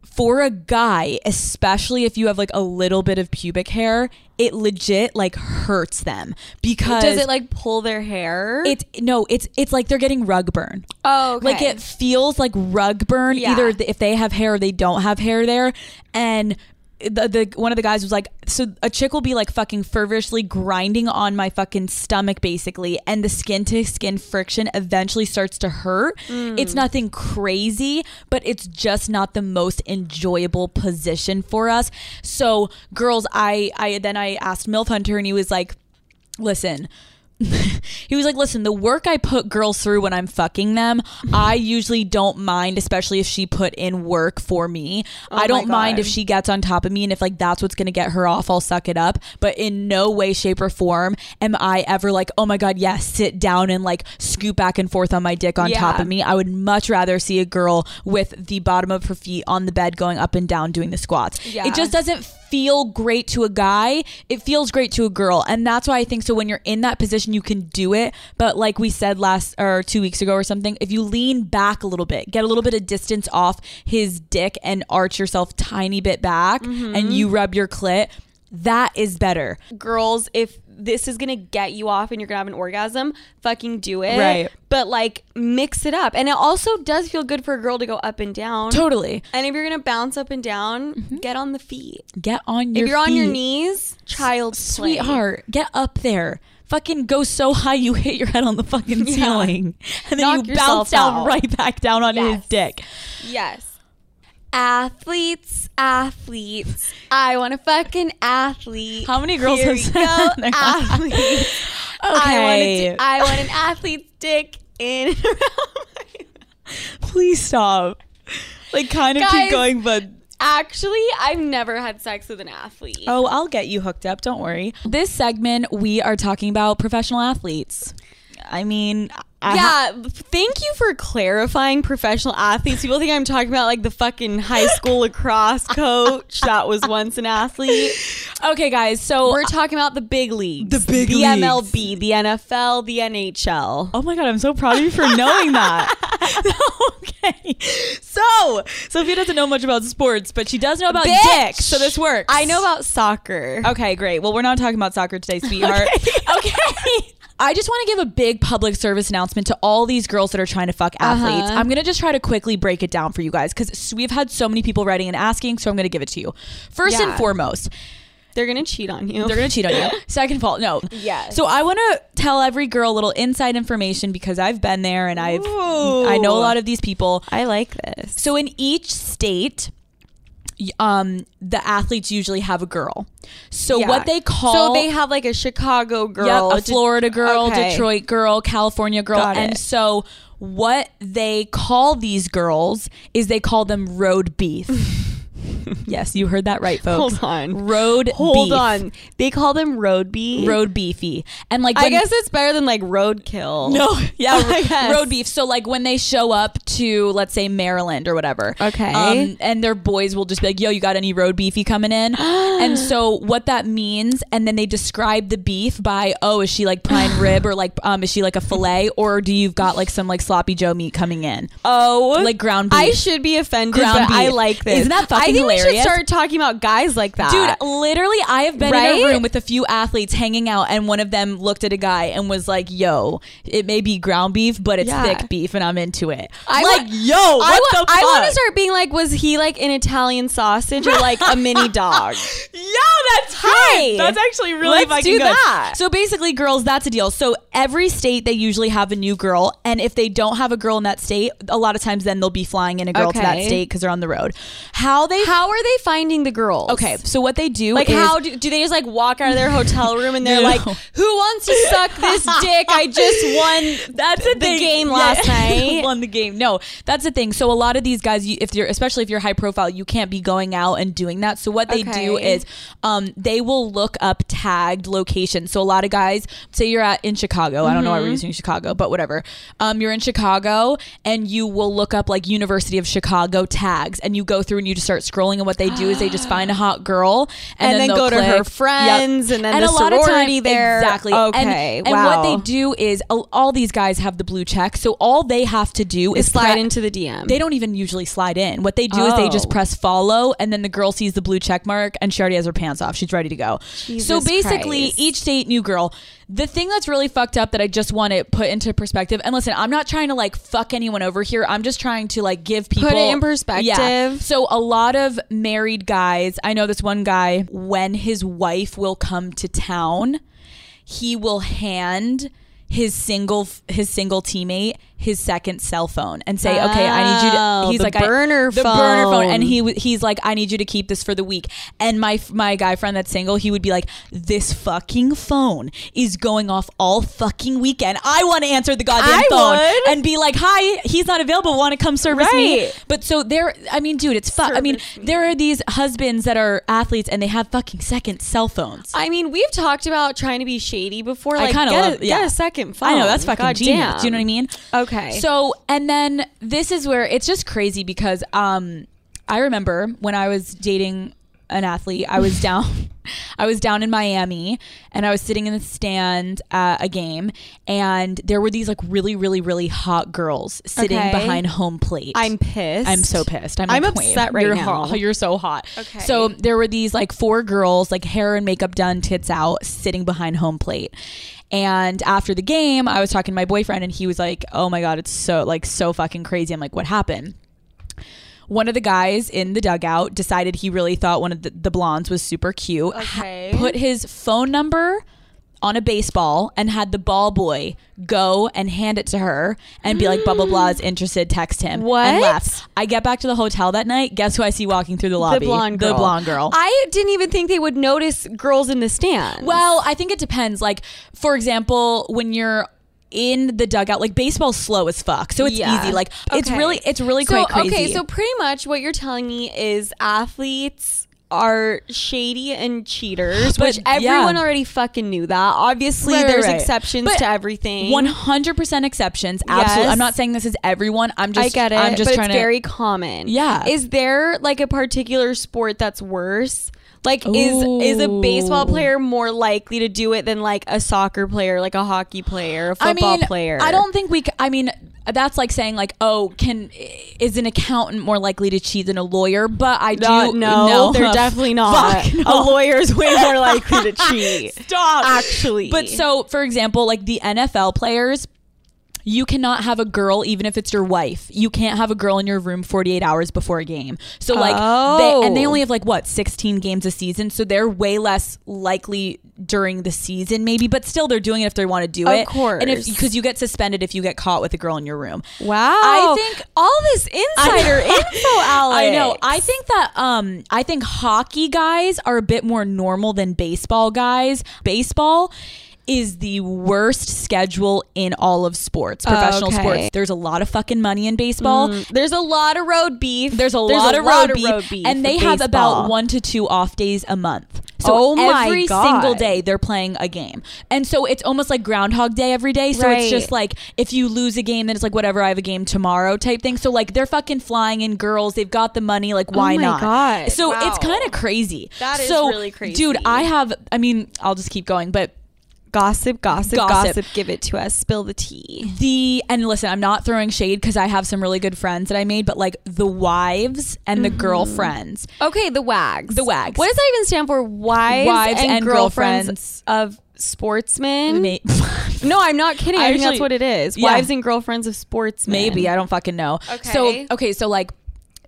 S3: for a guy, especially if you have like a little bit of pubic hair, it legit like hurts them because
S2: Does it like pull their hair?
S3: it's no, it's it's like they're getting rug burn.
S2: oh, okay.
S3: Like it feels like rug burn,
S2: Yeah.
S3: either th- if they have hair or they don't have hair there. And the, the one of the guys was like, so a chick will be like fucking feverishly grinding on my fucking stomach, basically, and the skin to skin friction eventually starts to hurt.
S2: Mm.
S3: It's nothing crazy, but it's just not the most enjoyable position for us. So, girls, I I then I asked Milf Hunter, and he was like listen [LAUGHS] he was like listen the work i put girls through when i'm fucking them i usually don't mind especially if she put in work for me i don't
S2: Oh God.
S3: mind if she gets on top of me and if like that's what's gonna get her off i'll suck it up but in no way shape or form am i ever like oh my god yes sit down and like scoop back and forth on my dick on top
S2: Yeah.
S3: of me i would much rather see a girl with the bottom of her feet on the bed going up and down doing the squats
S2: Yeah.
S3: it just doesn't feel great to a guy. It feels great to a girl. And that's why I think so when you're in that position you can do it, but like we said last or 2 weeks ago or something, if you lean back a little bit, get a little bit of distance off his dick and arch yourself tiny bit back
S2: Mm-hmm.
S3: and you rub your clit, that is better.
S2: girls, if this is gonna get you off and you're gonna have an orgasm, fucking do it.
S3: Right.
S2: But like mix it up. And it also does feel good for a girl to go up and down.
S3: Totally.
S2: And if you're gonna bounce up and down, get on the feet.
S3: Get on Mm-hmm. your
S2: if you're on your
S3: feet.
S2: knees, child
S3: Sweetheart, get up there. Fucking go so high you hit your head on
S2: [LAUGHS]
S3: the fucking ceiling. And then
S2: Knock
S3: you
S2: yourself
S3: bounce down
S2: out.
S3: right back down on
S2: Yes.
S3: his dick.
S2: Yes. Athletes,
S3: [LAUGHS]
S2: athletes. I want a fucking athlete.
S3: How many girls
S2: Here
S3: have
S2: we
S3: said [LAUGHS]
S2: go,
S3: that?
S2: athlete. I want, a
S3: Okay.
S2: di- I want an athlete's dick in and around my
S3: Please stop. Like, kind of
S2: Guys.
S3: keep going, but.
S2: Actually, I've never had sex with an athlete.
S3: Oh, I'll get you hooked up. Don't worry. This segment, we are talking about professional athletes. I mean, I ha-
S2: yeah, thank you for clarifying professional athletes. People think I'm talking about like the fucking
S3: [LAUGHS]
S2: high school lacrosse coach that was once an athlete.
S3: okay, guys. So,
S2: We're talking about the big leagues.
S3: The big
S2: the
S3: leagues.
S2: MLB, the NFL, the NHL.
S3: oh my God, I'm so proud of you for knowing that. [LAUGHS] okay. So, Sophia doesn't know much about sports, but she does know about
S2: Bitch.
S3: dicks. So, this works.
S2: I know about soccer.
S3: Okay, great. Well, we're not talking about soccer today,
S2: [LAUGHS]
S3: sweetheart. okay. I just want to give a big public service announcement to all these girls that are trying to fuck athletes. I'm going to just try to quickly break it down for you guys because we've had so many people writing and asking, so I'm going to give it to you. First and
S2: Yeah.
S3: foremost,
S2: [LAUGHS] They're gonna cheat on you.
S3: they're going to cheat on [LAUGHS] you. Second fault, no.
S2: Yes.
S3: So I want to tell every girl a little inside information because I've been there and I've I know a lot of these people.
S2: I like this.
S3: So in each state, y- um, the athletes usually have a girl. So
S2: Yeah.
S3: what they call
S2: So they have like a Chicago
S3: Yep,
S2: girl,
S3: a Florida girl,
S2: Okay.
S3: Detroit girl, California girl.
S2: Got
S3: and
S2: it.
S3: so what they call these girls is they call them
S2: [LAUGHS]
S3: road beef. yes, you heard that right, folks.
S2: Hold on.
S3: Road
S2: Hold
S3: beef.
S2: on. They call them road beef.
S3: Road beefy. And like
S2: I
S3: when-
S2: guess it's better than like roadkill. [LAUGHS]
S3: No, [LAUGHS]
S2: I
S3: yeah,
S2: guess.
S3: road beef. So like when they show up to let's say Maryland or whatever, um,
S2: Okay.
S3: and their boys will just be like, "Yo, you got any road beefy
S2: [GASPS]
S3: coming in?" and so what that means, and then they describe the beef by, "Oh, is she like
S2: [GASPS]
S3: prime rib or like um is she like a fillet or do you've got like some like sloppy Joe meat coming in?"
S2: Oh,
S3: Like ground beef.
S2: I should be offended,
S3: Ground
S2: but I
S3: beef.
S2: like this.
S3: Isn't that
S2: I
S3: fucking
S2: think we should
S3: hilarious?
S2: start talking about guys like that,
S3: Dude, literally, I have been in
S2: Right?
S3: a room with a few athletes hanging out, and one of them looked at a guy and was like, "Yo, it may be ground beef, but it's
S2: Yeah.
S3: thick beef, and I'm into it."
S2: I
S3: like,
S2: wa-
S3: yo, what
S2: I, wa-
S3: the
S2: [LAUGHS]
S3: fuck?
S2: I want to start being like, was he like an Italian sausage or like a mini dog?
S3: Yo, Oh, that's
S4: Hi.
S3: good. That's actually really
S4: Let's
S3: fucking
S4: do
S3: good.
S4: that.
S3: So basically, girls, that's a deal. So every state they usually have a new girl, and if they don't have a girl in that state, a lot of times then they'll be flying in a girl to that
S2: Okay.
S3: state because they're on the road. How they?
S2: How are they finding the girls?
S3: okay, so what they do?
S4: Like
S3: is-
S4: how do, do they just like walk out of their hotel room and
S2: [LAUGHS]
S4: they're
S3: No.
S4: like, "Who wants to suck this dick? I
S2: [LAUGHS]
S4: just won."
S3: That's a
S4: the
S3: thing.
S4: game last night.
S3: [LAUGHS] Won the game. No, that's the thing. So a lot of these guys, you, if you're especially if you're high profile, you can't be going out and doing that. So what they do
S2: Okay.
S3: is, um, they will look up tagged locations. So a lot of guys, say you're at in Chicago. I don't know why
S2: Mm-hmm.
S3: we're using Chicago, but whatever. Um, you're in Chicago and you will look up like University of Chicago tags, and you go through and you just start scrolling. And what they do is
S2: [GASPS]
S3: they just find a hot girl and,
S2: And then
S3: they'll
S2: go to her
S3: click. Yep.
S2: friends and then the
S3: of
S2: sorority
S3: time-
S2: there.
S3: Exactly.
S2: Okay,
S3: And, and what
S2: wow.
S3: they do is all, all these guys have the blue check, so all they have to do is,
S2: Is slide
S3: pre-
S2: into the DM.
S3: They don't even usually slide in. What they do is they just
S2: Oh.
S3: press follow, and then the girl sees the blue check mark, and she already has her pants off. She's ready to go. so
S2: Jesus
S3: basically,
S2: Christ.
S3: each date, new girl. The thing that's really fucked up that I just want to put into perspective, and listen, I'm not trying to like fuck anyone over here. I'm just trying to like give people
S2: it in perspective.
S3: Yeah. So a lot of married guys, I know this one guy, when his wife will come to town, he will hand his single his single teammate his second cell phone and say, "Okay, I need you
S2: Oh,
S3: to." He's
S2: the
S3: like, I-
S2: burner
S3: the burner phone,"
S2: phone.
S3: and he w- he's like, "I need you to keep this for the week." And my my guy friend that's single, he would be like, "This fucking phone is going off all fucking weekend. I want to answer the goddamn
S4: I
S3: phone
S4: would.
S3: and be like, "Hi, he's not available. Want to come service me?"
S4: Right.
S3: But so there, I mean, dude, it's fuck. I mean, there are these husbands that are athletes and they have fucking second cell phones.
S2: I mean, we've talked about trying to be shady before.
S3: I
S2: Like,
S3: kinda
S2: get,
S3: love-
S2: a,
S3: yeah.
S2: get a second phone.
S3: I know that's fucking
S2: God
S3: genius.
S2: damn.
S3: Do you know what I mean?
S2: Okay.
S3: So and then this is where it's just crazy because um I remember when I was dating an athlete,
S2: [LAUGHS]
S3: I was down I was down in Miami and I was sitting in the stand at a game and there were these like really, really, really hot girls sitting
S2: Okay.
S3: behind home plate.
S2: I'm pissed.
S3: I'm so pissed. I'm,
S2: I'm
S3: like, "Wait,
S2: upset right
S3: you're
S2: now."
S3: hot. You're so hot.
S2: Okay.
S3: So there were these like four girls, like hair and makeup done, tits out, sitting behind home plate. And after the game, I was talking to my boyfriend, and he was like, "Oh my god, it's so like so fucking crazy." I'm like, "What happened?" One of the guys in the dugout decided he really thought one of the, the blondes was super cute. ha-
S2: Okay.
S3: put his phone number on a baseball and had the ball boy go and hand it to her and be like, blah, blah, blah, is interested, text him.
S2: What?
S3: And left. I get back to the hotel that night. Guess who I see walking through the lobby?
S2: The blonde girl.
S3: The blonde girl.
S2: I didn't even think they would notice girls in the stands.
S3: well, I think it depends. Like, for example, when you're in the dugout, like baseball's slow as fuck. So it's
S2: Yeah.
S3: easy. Like it's
S2: Okay.
S3: really it's really
S2: so,
S3: quite crazy.
S2: Okay, so pretty much what you're telling me is athletes are shady and cheaters,
S3: But,
S2: which everyone
S3: yeah.
S2: already fucking knew that. Obviously,
S3: Right, right,
S2: there's
S3: right.
S2: exceptions
S3: But
S2: to everything.
S3: one hundred percent exceptions. Absolutely.
S2: Yes.
S3: I'm not saying this is everyone. I'm just
S2: I get it.
S3: I'm just
S2: but
S3: trying
S2: it's
S3: to
S2: very common.
S3: Yeah.
S2: Is there like a particular sport that's worse? Like is is a baseball
S3: Ooh.
S2: player more likely to do it than like a soccer player, like a hockey player, a football player?
S3: I don't think we. c- I mean, that's like saying like, oh, can is an accountant more likely to cheat than a lawyer? But I do
S2: Not, no,
S3: know- [LAUGHS]
S2: they're definitely not.
S3: Fuck,
S2: A
S3: no.
S2: lawyer's way
S3: [LAUGHS]
S2: more likely to cheat.
S3: Stop.
S2: Actually.
S3: But so, for example, like the NFL players. You cannot have a girl, even if it's your wife. You can't have a girl in your room 48 hours before a game. So, like,
S2: Oh.
S3: they, and they only have like what 16 games a season, so they're way less likely during the season, maybe. But still, they're doing it if they want to do
S2: Of
S3: it. and if
S2: course.
S3: because you get suspended if you get caught with a girl in your room.
S2: Wow.
S3: I think
S2: all this insider
S3: [LAUGHS] I-
S2: info, Alex.
S3: I know. I think that um I think hockey guys are a bit more normal than baseball guys. Baseball is the worst schedule in all of sports, professional
S2: Okay. Mm.
S3: sports. There's a lot of fucking money in baseball.
S2: there's a lot of road beef.
S3: There's a lot of road, beef, and they
S2: with
S3: have about
S2: baseball.
S3: one to two off days a month. So
S2: Oh my
S3: every
S2: God.
S3: single day they're playing a game, and so it's almost like Groundhog Day every day. So
S2: Right.
S3: it's just like if you lose a game, then it's like whatever. I have a game tomorrow type thing. So like they're fucking flying in girls. They've got the money. Like why
S2: Oh my
S3: not?
S2: God.
S3: So
S2: Wow.
S3: it's kind of crazy.
S2: That is
S3: So,
S2: really crazy.
S3: dude. I have. I mean, I'll just keep going, but.
S2: gossip, gossip,
S3: Gossip.
S2: gossip, Give it to us. Spill the tea.
S3: the and listen i'm not throwing shade because i have some really good friends that i made but like the wives and
S2: Mm-hmm.
S3: the girlfriends
S2: Okay, the wags.
S3: The wags.
S2: What does that even stand for? Wives,
S3: Wives
S2: and,
S3: and
S2: girlfriends, of sportsmen.
S3: [LAUGHS] May-
S2: No, I'm not kidding. I, think
S3: Actually-
S2: that's what it is.
S3: Yeah.
S2: Wives and girlfriends of sportsmen.
S3: maybe i don't fucking know so
S2: Okay.
S3: okay so like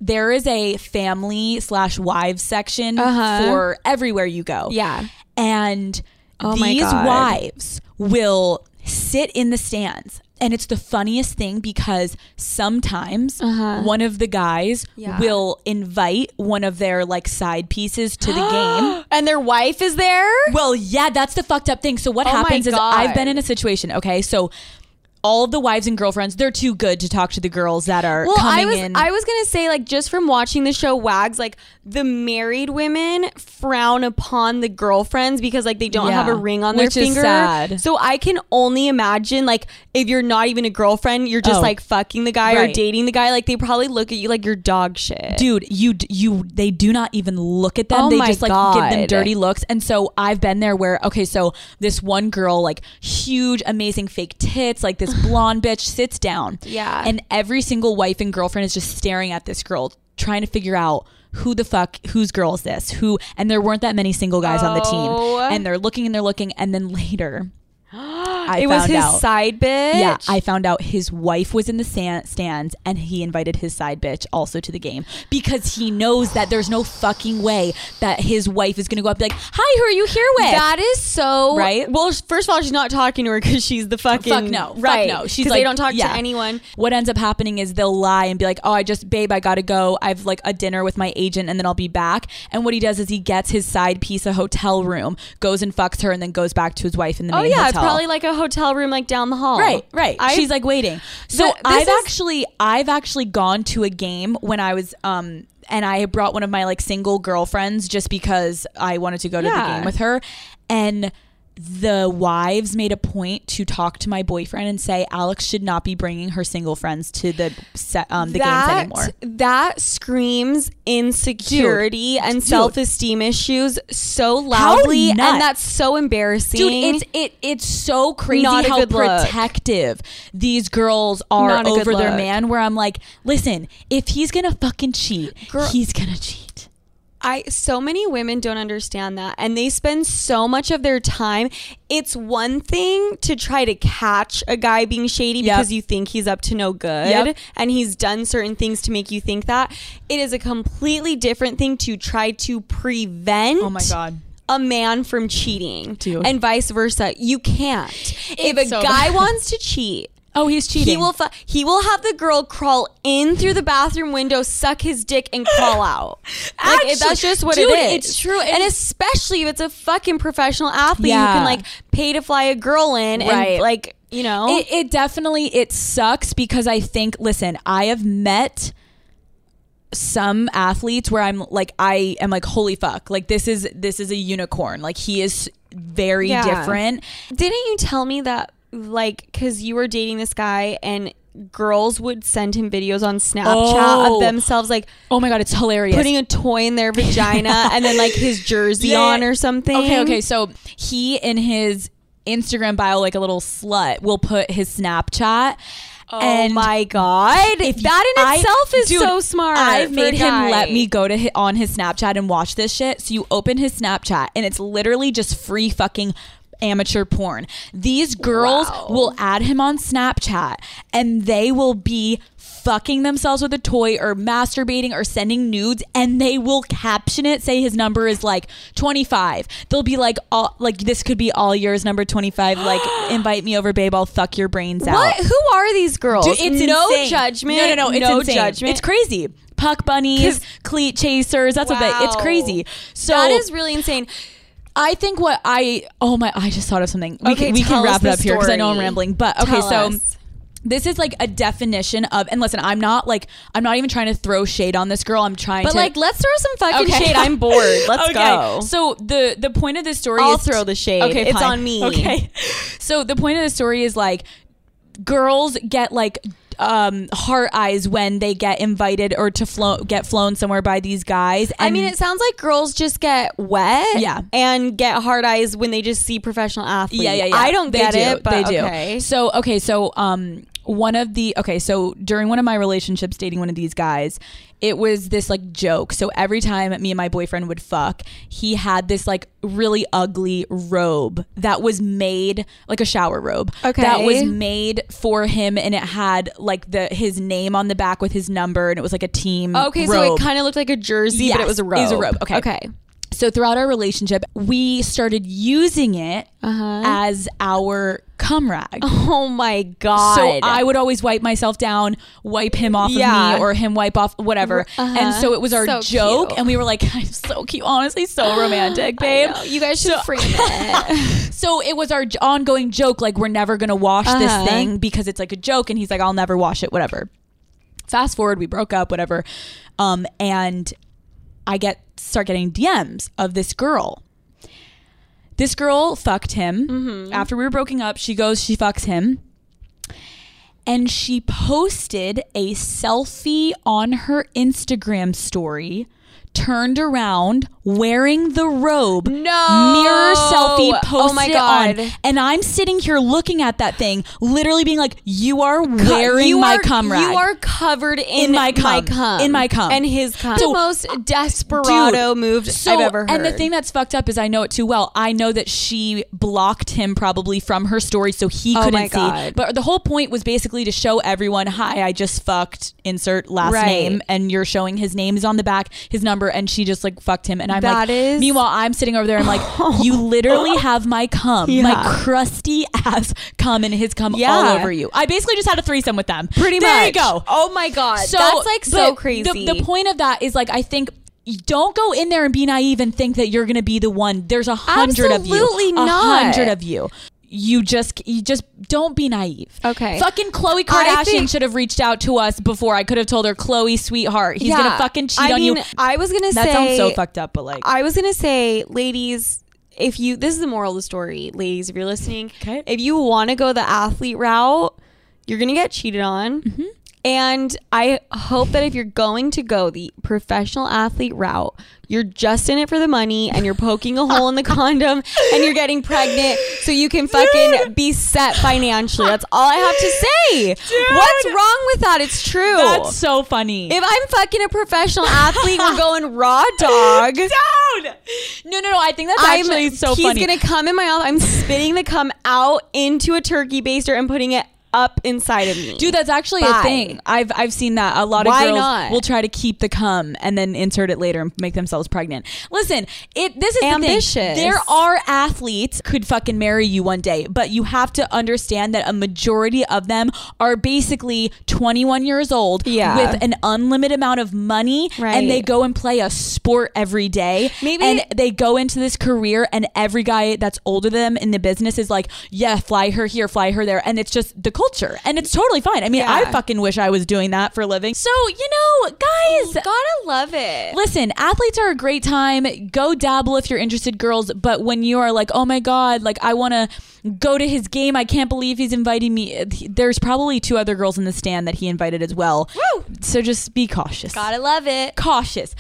S3: there is a family slash wives section
S2: Uh-huh.
S3: for everywhere you go.
S2: Yeah.
S3: And
S2: Oh my
S3: these
S2: God.
S3: wives will sit in the stands. And it's the funniest thing because sometimes one of the guys
S2: Uh-huh. Yeah.
S3: will invite one of their like side pieces [GASPS] to
S2: [GASPS]
S3: the game.
S4: And their wife is there?
S3: Well, yeah, that's the fucked up thing. So what
S2: Oh
S4: my
S3: happens is
S4: God.
S3: I've been in a situation, okay? So all of the wives and girlfriends, they're too good to talk to the girls that are
S2: Well, I
S3: coming
S2: was
S3: in.
S2: I was gonna say like just from watching the show Wags, like the married women frown upon the girlfriends because like they don't
S3: Yeah.
S2: have a ring on their
S3: Which is
S2: finger.
S3: sad.
S2: So I can only imagine like if you're not even a girlfriend, you're just
S3: Oh.
S2: like fucking the guy or
S3: Right.
S2: dating the guy. Like they probably look at you like you're dog shit. [GASPS]
S3: dude you d- you they do not even look at them
S2: Oh
S3: they
S2: my
S3: just like give them
S2: God.
S3: dirty looks and so i've been there where okay so this one girl like huge amazing fake tits like
S2: [LAUGHS]
S3: this blonde bitch sits down
S2: Yeah.
S3: and every single wife and girlfriend is just staring at this girl trying to figure out who the fuck whose girl is this who and there weren't that many single guys on the
S2: Oh.
S3: team and they're looking and they're looking and then later I
S2: it was
S3: found
S2: his
S3: out.
S2: side bitch.
S3: Yeah, I found out his wife was in the sand, stands and he invited his side bitch also to the game because he knows that there's no fucking way that his wife is going to go up and be like, "Hi, who are you here with?"
S2: that is so
S3: Right?
S2: Well, first of all, she's not talking to her because she's the fucking
S3: Fuck no,
S2: right?
S3: Fuck no, she's
S2: 'Cause
S3: like,
S2: they don't talk
S3: yeah.
S2: to anyone.
S3: What ends up happening is they'll lie and be like, "Oh, I just, babe, I gotta go. I've like a dinner with my agent, and then I'll be back." And what he does is he gets his side piece a hotel room, goes and fucks her, and then goes back to his wife in the
S2: Oh
S3: main
S2: yeah, it's
S3: hotel.
S2: probably like a hotel room like down the hall.
S3: Right, right.
S2: I-
S3: She's like waiting. So
S2: Th- this
S3: I've
S2: is-
S3: actually I've actually gone to a game when I was um and I had brought one of my like single girlfriends just because I wanted to go to the
S2: Yeah.
S3: game with her and the wives made a point to talk to my boyfriend and say Alex should not be bringing her single friends to the set, um the games anymore.
S2: That screams insecurity and self-esteem issues so loudly, and
S3: nuts?
S2: that's so embarrassing.
S3: Dude, it's it it's so crazy
S2: Not a
S3: how
S2: good look.
S3: protective these girls are
S2: Not a good
S3: over their
S2: look.
S3: man. Where I'm like, listen, if he's gonna fucking cheat,
S2: Girl-
S3: he's gonna cheat.
S2: I so many women don't understand that, and they spend so much of their time. It's one thing to try to catch a guy being shady
S3: Yep.
S2: because you think he's up to no good,
S3: Yep.
S2: and he's done certain things to make you think that. It is a completely different thing to try to prevent.
S3: Oh
S2: a man from cheating
S3: Dude.
S2: and vice versa. You can't. if a
S3: so
S2: guy
S3: bad.
S2: wants to cheat,
S3: Oh, he's cheating.
S2: he will fu- he will have the girl crawl in through the bathroom window, suck his dick, and crawl out. [LAUGHS] Like if that's
S3: Actually-
S2: just what
S3: dude,
S2: it is.
S3: it's true.
S2: and especially if it's a fucking professional athlete who
S3: Yeah.
S2: can like pay to fly a girl in
S3: Right.
S2: and like you know.
S3: It, it definitely it sucks because I think listen, I have met some athletes where I'm like I am like holy fuck, like this is this is a unicorn. Like he is very
S2: Yeah.
S3: different.
S2: Didn't you tell me that like because you were dating this guy and girls would send him videos on Snapchat
S3: Oh.
S2: of themselves like
S3: Oh my god, it's hilarious.
S2: putting a toy in [LAUGHS] their vagina and then like his jersey
S3: Yeah.
S2: on or something.
S3: Okay, okay. So he in his Instagram bio, like a little slut, will put his Snapchat.
S2: Oh my god,
S3: if
S2: that in
S3: I-
S2: itself is
S3: dude,
S2: so smart.
S3: I've
S2: for
S3: made
S2: a
S3: him
S2: guy.
S3: let me go to hi- on his Snapchat and watch this shit. So you open his Snapchat and it's literally just free fucking amateur porn. These girls
S2: Wow.
S3: will add him on Snapchat and they will be fucking themselves with a toy or masturbating or sending nudes and they will caption it say his number is like 25. They'll be like all like this could be all yours number
S2: [GASPS]
S3: 25 like invite me over babe I'll fuck your brains out.
S2: What? Who are these girls?
S3: Dude, it's
S2: no
S3: insane.
S2: judgment.
S3: No, no, no. It's
S2: no
S3: insane.
S2: judgment.
S3: It's crazy. Puck bunnies,
S2: 'Cause-
S3: cleat chasers. That's what they. It's
S2: Wow.
S3: crazy. So
S2: that is really insane.
S3: I think what I. Oh my! I just thought of something. We
S2: Okay,
S3: can, we
S2: tell
S3: can wrap
S2: us
S3: it
S2: the
S3: up here because I know I'm
S2: story.
S3: rambling. But okay,
S2: Tell
S3: so.
S2: us.
S3: This is like a definition of, and listen, I'm not like, I'm not even trying to throw shade on this girl. I'm trying
S2: But
S3: to.
S2: like, let's throw some fucking
S3: Okay.
S2: shade. I'm [LAUGHS] bored. Let's
S3: Okay,
S2: go.
S3: So the the point of this story
S2: I'll
S3: is
S2: throw the shade. It's on me.
S3: Okay. [LAUGHS] So the point of the story is like girls get like um heart eyes when they get invited or to flo- get flown somewhere by these guys.
S2: I mean, it sounds like girls just get wet,
S3: Yeah.
S2: and get hard eyes when they just see professional athletes.
S3: yeah, yeah, yeah.
S2: I don't
S3: They
S2: get
S3: do.
S2: it, but
S3: they do.
S2: okay.
S3: So okay, so um one of the okay so during one of my relationships dating one of these guys it was this like joke so every time me and my boyfriend would fuck he had this like really ugly robe that was made like a shower robe
S2: Okay.
S3: that was made for him and it had like the his name on the back with his number and it was like a team
S2: Okay, so
S3: robe.
S2: it kind of looked like a jersey, but it
S3: Yes,
S2: was a
S3: it
S2: robe.
S3: was a robe. Okay.
S2: Okay.
S3: So throughout our relationship, we started using it
S2: Uh-huh.
S3: as our cum rag.
S2: [LAUGHS] Oh my god.
S3: So I would always wipe myself down, wipe him off
S2: Yeah. Uh-huh.
S3: of me, or him wipe off whatever. And so it was our
S2: So
S3: joke,
S2: cute.
S3: and we were like, [LAUGHS] "I'm so cute, honestly,
S2: [GASPS]
S3: so romantic, babe."
S2: know. You guys should
S3: [LAUGHS]
S2: [LAUGHS] frame it.
S3: So it was our j- ongoing joke, like we're never gonna wash
S2: Uh-huh.
S3: this thing because it's like a joke, and he's like, "I'll never wash it," whatever. Fast forward, we broke up, whatever, um, and I get start getting DMs of this girl. This girl fucked him
S2: Mm-hmm.
S3: after we were broken up. She goes, she fucks him. And she posted a selfie on her Instagram story, turned around, wearing the robe. No. Mirror selfie posted
S2: Oh my God.
S3: it on. And I'm sitting here looking at that thing, literally being like, you are wearing
S2: you
S3: my
S2: are,
S3: cum rag.
S2: You are covered in,
S3: In my cum. In my cum.
S2: And his cum.
S3: So-
S2: the most desperado move
S3: So-
S2: I've ever heard.
S3: And the thing that's fucked up is I know it too well. I know that she blocked him probably from her story so he
S2: Oh my
S3: couldn't see.
S2: God.
S3: But the whole point was basically to show everyone, hi, I just fucked, insert last
S2: Right.
S3: name. And you're showing his name is on the back, his number, and she just like fucked him. And I'm like,
S2: That is-
S3: meanwhile, I'm sitting over there
S2: [LAUGHS]
S3: and I'm like, you literally have my cum, my
S2: Yeah.
S3: crusty ass cum and his cum all
S2: Yeah.
S3: over you. I basically just had a threesome with them.
S2: pretty
S3: there
S2: much.
S3: There you go
S2: Oh my god. that's like so
S3: but
S2: crazy.
S3: The, the point of that is like I think you don't go in there and be naive and think that you're going to be the one. There's a hundred of you.
S2: Absolutely
S3: A
S2: not.
S3: hundred of you. You just you just don't be naive.
S2: Okay.
S3: Fucking Chloe
S2: I
S3: Kardashian
S2: think-
S3: should have reached out to us before. I could have told her, Chloe, sweetheart, he's
S2: Yeah.
S3: gonna fucking cheat
S2: I
S3: on
S2: mean,
S3: you.
S2: I was gonna
S3: That
S2: say
S3: sounds so fucked up, but like
S2: I was gonna say, ladies, if you this is the moral of the story, ladies, if you're listening,
S3: Okay.
S2: if you want to go the athlete route, you're gonna get cheated on.
S3: Mm-hmm.
S2: And I hope that if you're going to go the professional athlete route, you're just in it for the money and you're poking a hole in the condom and you're getting pregnant so you can fucking be set financially. That's all I have to say. What's wrong with that? It's true.
S3: that's so funny.
S2: If I'm fucking a professional athlete, we're going raw dog.
S3: down. No, no, no. I think that's
S2: I'm,
S3: actually so
S2: he's
S3: funny.
S2: gonna come in my mouth. I'm spitting the cum out into a turkey baster and putting it up inside of me.
S3: Dude, that's actually a
S2: Bye.
S3: thing. I've I've seen that. A lot of
S2: Why
S3: girls
S2: not?
S3: will try to keep the cum and then insert it later and make themselves pregnant. Listen, it this is The thing.
S2: Ambitious.
S3: There are athletes could fucking marry you one day, but you have to understand that a majority of them are basically 21 years old
S2: Yeah.
S3: with an unlimited amount of money
S2: Right.
S3: and they go and play a sport every day.
S2: Maybe-
S3: and they go into this career and every guy that's older than them in the business is like, yeah, fly her here, fly her there. And it's just the culture. And it's totally fine. I mean,
S2: Yeah.
S3: I fucking wish I was doing that for a living. So, you know, guys.
S2: gotta love it.
S3: Listen, athletes are a great time. Go dabble if you're interested, girls. But when you are like, oh my God, like I want to go to his game. I can't believe he's inviting me. There's probably two other girls in the stand that he invited as well.
S2: Woo!
S3: So just be cautious
S2: Gotta love it.
S3: cautious.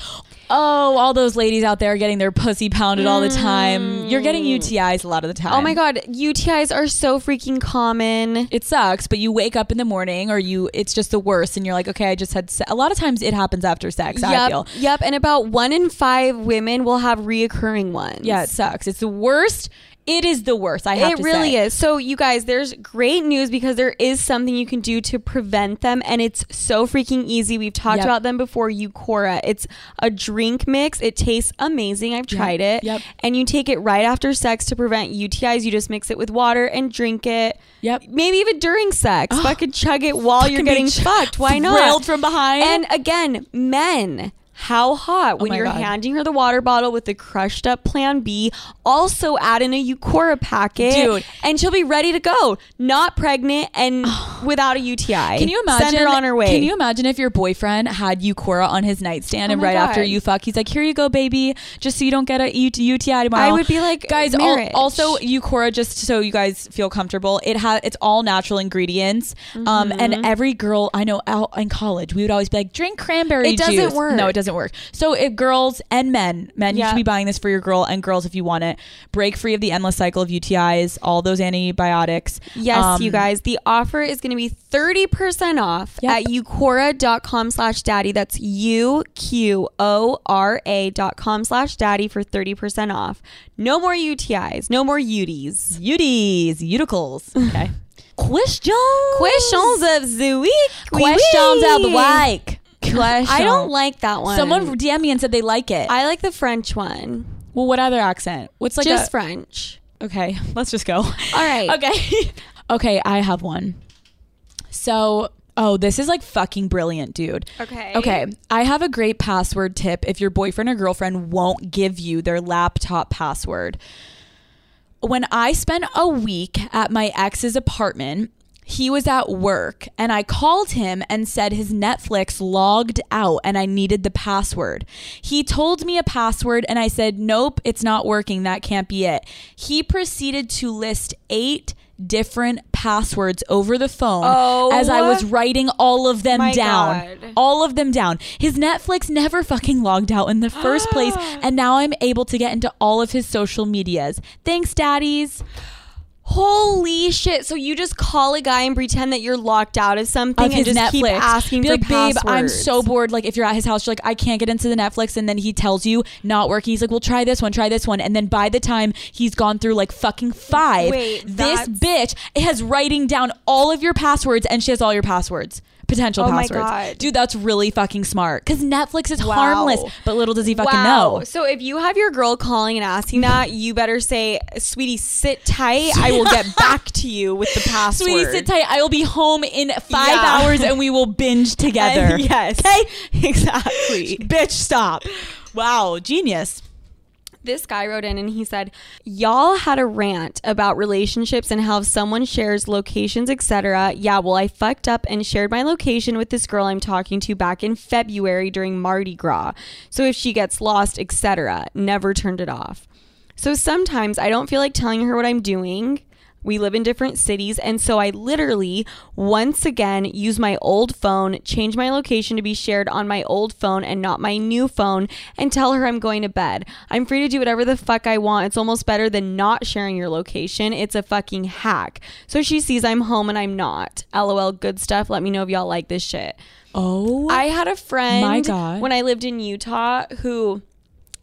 S3: Oh, all those ladies out there getting their pussy pounded all the time. You're getting UTIs a lot of the time.
S2: Mm. Oh my god, UTIs are so freaking common.
S3: It sucks, but you wake up in the morning or you it's just the worst and you're like, "Okay, I just had se-. a lot of times it happens after sex, I feel.
S2: Yep, yep, and about one in five women will have reoccurring ones.
S3: Yeah, it sucks. It's the worst. It is the worst. I have
S2: It
S3: to
S2: really
S3: say.
S2: is. So, you guys, there's great news because there is something you can do to prevent them, and it's so freaking easy. We've talked
S3: Yep.
S2: about them before, Eucora. It's a drink mix. It tastes amazing. I've tried it.
S3: Yep.
S2: And you take it right after sex to prevent UTIs. You just mix it with water and drink it.
S3: Yep.
S2: Maybe even during sex. Fucking chug it while you're
S3: Fucking be
S2: getting
S3: ch-
S2: fucked. Why not?
S3: thrilled from behind. Oh
S2: And again, men. How hot when
S3: my
S2: you're
S3: God.
S2: handing her the water bottle with the crushed up plan B. Also add in a Eucora packet
S3: Dude.
S2: and she'll be ready to go. Not pregnant
S3: [SIGHS]
S2: and without a UTI.
S3: Can you imagine?
S2: Send her on her way.
S3: Can you imagine if your boyfriend had Eucora on his
S2: Oh
S3: nightstand and
S2: my
S3: right after
S2: God.
S3: you fuck, he's like, "Here you go, baby, just so you don't get a E U- UTI tomorrow."
S2: I would be like,
S3: guys. al-
S2: marriage.
S3: also, Eucora, just so you guys feel comfortable, it has it's all natural ingredients.
S2: Mm-hmm.
S3: Um, and every girl I know out in college, we would always be like, "Drink cranberry
S2: It doesn't
S3: juice."
S2: work.
S3: No, it doesn't doesn't work. So if girls and men, men, you
S2: Yeah.
S3: should be buying this for your girl, and girls, if you want it, break free of the endless cycle of UTIs, all those antibiotics.
S2: Yes,
S3: Um,
S2: you guys. The offer is going to be 30% off
S3: Yep.
S2: at ucora.com slash daddy. That's U-Q-O-R-A dot com slash daddy for 30% off. No more UTIs. No more UTIs. [LAUGHS]
S3: Uties, uticles. Okay. Questions.
S2: Questions
S3: [LAUGHS]
S2: of the week.
S3: Questions of the week. Questions.
S2: I don't like that one.
S3: Someone DM me and said they like it.
S2: I like the French one.
S3: well, what other accent? What's like
S2: Just
S3: a,
S2: French.
S3: okay? [LAUGHS] Let's just go.
S2: All right.
S3: [LAUGHS] okay. okay, I have one. So, oh, this is like fucking brilliant, dude.
S2: Okay.
S3: Okay, I have a great password tip if your boyfriend or girlfriend won't give you their laptop password. When I spent a week at my ex's apartment, he was at work and I called him and said his Netflix logged out and I needed the password. He told me a password and I said, Nope, it's not working. That can't be it. He proceeded to list eight different passwords over the phone
S2: Oh.
S3: as I was writing all of them
S2: My
S3: down.
S2: God.
S3: All of them down. His Netflix never fucking logged out in the first
S2: [GASPS]
S3: place, and now I'm able to get into all of his social medias. Thanks, daddies.
S2: Holy shit. So you just call a guy and pretend that you're locked out of something
S3: Of
S2: and
S3: his
S2: just
S3: Netflix.
S2: keep asking
S3: Be
S2: for
S3: like, babe, I'm
S2: passwords."
S3: so bored. Like, if you're at his house, you're like, I can't get into the Netflix, and then he tells you not working. He's like, well, try this one, try this one, and then by the time he's gone through like fucking five,
S2: Wait,
S3: this bitch has writing down all of your passwords, and she has all your passwords. Potential
S2: Oh my
S3: passwords.
S2: God.
S3: Dude, that's really fucking smart. Because Netflix is
S2: Wow.
S3: harmless, but little does he fucking know.
S2: So if you have your girl calling and asking
S3: [LAUGHS]
S2: that, you better say, "Sweetie, sit tight. I will get back to you with the password."
S3: Sweetie, sit tight. I will be home in five
S2: Yeah.
S3: hours and we will [LAUGHS] binge together.
S2: And- [LAUGHS] yes.
S3: Okay?
S2: Exactly.
S3: [LAUGHS] Bitch, stop. Wow, genius.
S2: This guy wrote in and he said, "Y'all had a rant about relationships and how if someone shares locations, etc. Yeah, well, I fucked up and shared my location with this girl I'm talking to back in February during Mardi Gras. So if she gets lost, etc., never turned it off. So sometimes I don't feel like telling her what I'm doing." We live in different cities, and so I literally once again use my old phone, change my location to be shared on my old phone and not my new phone, and tell her I'm going to bed. I'm free to do whatever the fuck I want. It's almost better than not sharing your location. It's a fucking hack. So she sees I'm home and I'm not. LOL, good stuff. Let me know if y'all like this shit.
S3: Oh,
S2: I had a friend
S3: My God.
S2: when I lived in Utah who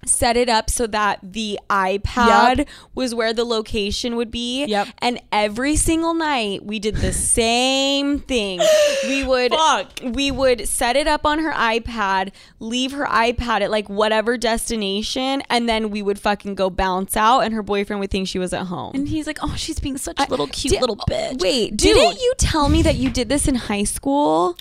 S2: set it up so that the iPad
S3: Yep.
S2: was where the location would be.
S3: Yep.
S2: And every single night we did
S3: [LAUGHS]
S2: the same thing. We would
S3: Fuck.
S2: we would set it up on her iPad, leave her iPad at like whatever destination, and then we would fucking go bounce out and her boyfriend would think she was at home.
S3: and he's like, oh, she's being such a little cute
S2: Di-
S3: little bitch.
S2: oh, Wait,
S3: Dude.
S2: didn't you tell me that you did this in high school?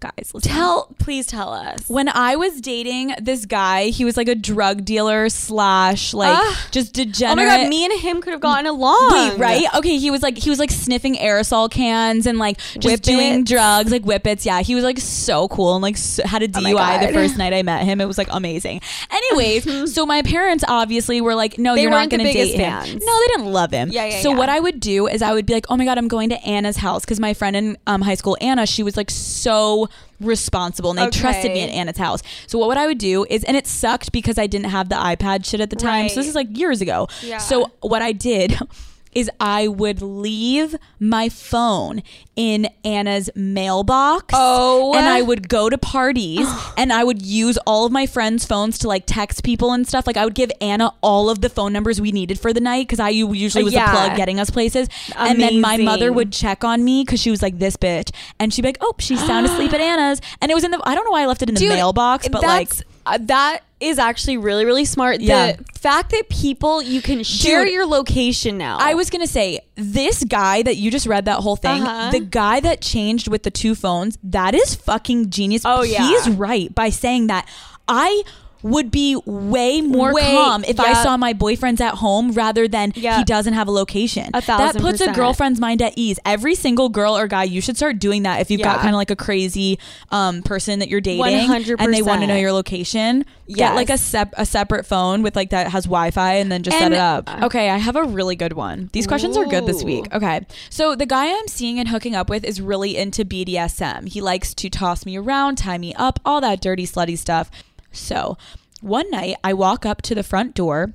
S3: guys, listen.
S2: Tell, please tell us.
S3: when I was dating this guy, he was like a drug dealer slash like
S2: Ugh.
S3: just
S2: Oh my
S3: degenerate.
S2: god, me and him could have gotten along.
S3: Wait, right? Okay, he was like he was like sniffing aerosol cans and like just doing
S2: Whippets.
S3: drugs, like whippets. Yeah, he was like so cool and like so, had a
S2: Oh my
S3: DUI the
S2: God.
S3: first night I met him. It was like amazing.
S2: [LAUGHS]
S3: Anyways, so my parents obviously were like, "No,
S2: They
S3: you're not
S2: weren't the
S3: going to
S2: biggest
S3: date him."
S2: fans.
S3: No, they didn't love him.
S2: Yeah, yeah,
S3: So
S2: yeah.
S3: what I would do is I would be like, "Oh my god, I'm going to Anna's house" because my friend in um, high school, Anna, she was like so responsible and they trusted me
S2: Okay.
S3: at Anna's house. So what would I would do is, and it sucked because I didn't have the iPad shit at the time. So this
S2: Right.
S3: is like years ago.
S2: Yeah.
S3: So what I did [LAUGHS] is I would leave my phone in Anna's mailbox.
S2: Oh.
S3: And I would go
S2: [GASPS]
S3: to parties and I would use all of my friends' phones to like text people and stuff. Like I would give Anna all of the phone numbers we needed for the night because I u- usually was the
S2: Yeah.
S3: plug getting us places. And then my
S2: Amazing.
S3: mother would check on me because she was like this bitch. And she'd be like, oh, she's sound
S2: [GASPS]
S3: asleep at Anna's. And it was in the, I don't know why I left it in the mailbox, but like.
S2: that's- uh, that is actually really really smart.
S3: Yeah.
S2: The fact that people you can share
S3: Dude,
S2: your location now.
S3: I was gonna say this guy that you just read that whole thing,
S2: Uh-huh.
S3: the guy that changed with the two phones, that is fucking genius.
S2: Oh, yeah.
S3: he's right by saying that. I would be way more
S2: Way-
S3: calm if I
S2: yeah.
S3: saw my boyfriend's at home rather than
S2: Yeah.
S3: he doesn't have a location.
S2: A
S3: that
S2: thousand
S3: puts a
S2: percent.
S3: girlfriend's mind at ease. Every single girl or guy, you should start doing that if you've got
S2: Yeah.
S3: kind of like a crazy um, person that you're dating and they want to
S2: 100%.
S3: know your location. Get
S2: Yes.
S3: like a sep- a separate phone with like that has Wi-Fi and then just set
S2: And-
S3: it up. Okay, I have a really good one. These questions are good this
S2: Ooh.
S3: week. Okay. So the guy I'm seeing and hooking up with is really into BDSM. He likes to toss me around, tie me up, all that dirty, slutty stuff. So one night I walk up to the front door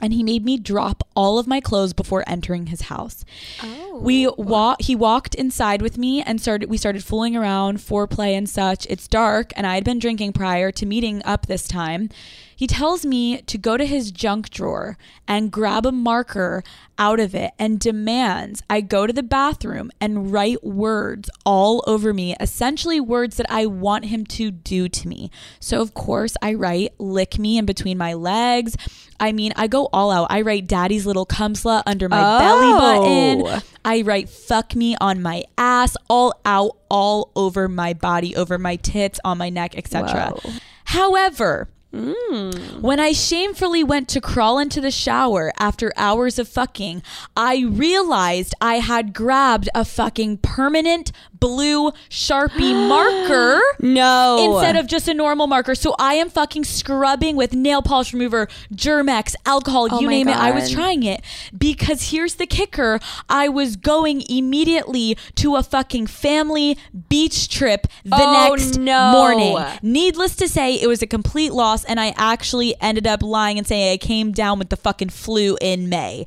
S3: and he made me drop all of my clothes before entering his house. Oh. We wa- he walked inside with me and started we started fooling around, foreplay and such. It's dark and I had been drinking prior to meeting up this time. He tells me to go to his junk drawer and grab a marker out of it and demands I go to the bathroom and write words all over me, essentially words that I want him to do to me. So of course I write lick me in between my legs. I mean, I go all out. I write daddy's little cum slut under my belly
S2: Oh.
S3: button. I write fuck me on my ass, all out, all over my body, over my tits, on my neck, etc.
S2: Whoa.
S3: However, when I shamefully went to crawl into the shower after hours of fucking, I realized I had grabbed a fucking permanent blue Sharpie marker
S2: No.
S3: instead of just a normal marker. So I am fucking scrubbing with nail polish remover, Germex, alcohol, you
S2: Oh my
S3: name it. I was
S2: God.
S3: trying it because here's the kicker I was going immediately to a fucking family beach trip the
S2: Oh,
S3: next
S2: no.
S3: morning. Needless to say, it was a complete loss, and I actually ended up lying and saying I came down with the fucking flu in May.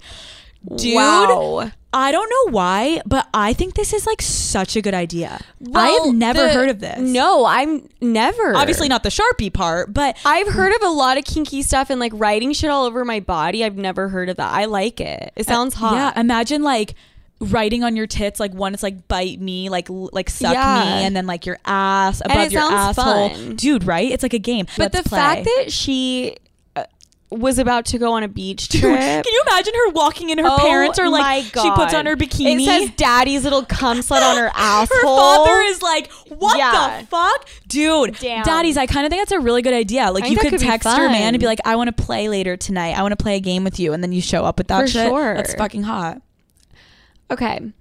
S3: Dude,
S2: Wow.
S3: I don't know why, but I think this is like such a good idea. I have never
S2: the-
S3: heard of this
S2: No, I'm never.
S3: obviously not the sharpie part but
S2: I've heard of a lot of kinky stuff and like writing shit all over my body. I've never heard of that. I like it. It sounds hot.
S3: yeah imagine like writing on your tits like one it's like bite me like l- like suck
S2: Yeah.
S3: me and then like your ass above
S2: it
S3: your
S2: sounds
S3: asshole
S2: fun.
S3: dude right it's like a game
S2: But the fact
S3: [LAUGHS]
S2: that she uh, was about to go on a [LAUGHS] beach trip.
S3: can you imagine her walking in her
S2: Oh
S3: parents are
S2: my
S3: like she puts on
S2: God.
S3: her bikini
S2: It says daddy's little cum slut on her asshole.
S3: [LAUGHS] her father is like, "What
S2: Yeah.
S3: the fuck, dude?"
S2: Damn.
S3: Daddies, I kind of think that's a really good idea. Like,
S2: I
S3: you
S2: think that
S3: could,
S2: could be
S3: text your man and be
S2: fun.
S3: like, "I want to play later tonight. I want to play a game with you," and then you show up with that
S2: For
S3: shit.
S2: sure.
S3: That's fucking hot.
S2: Okay.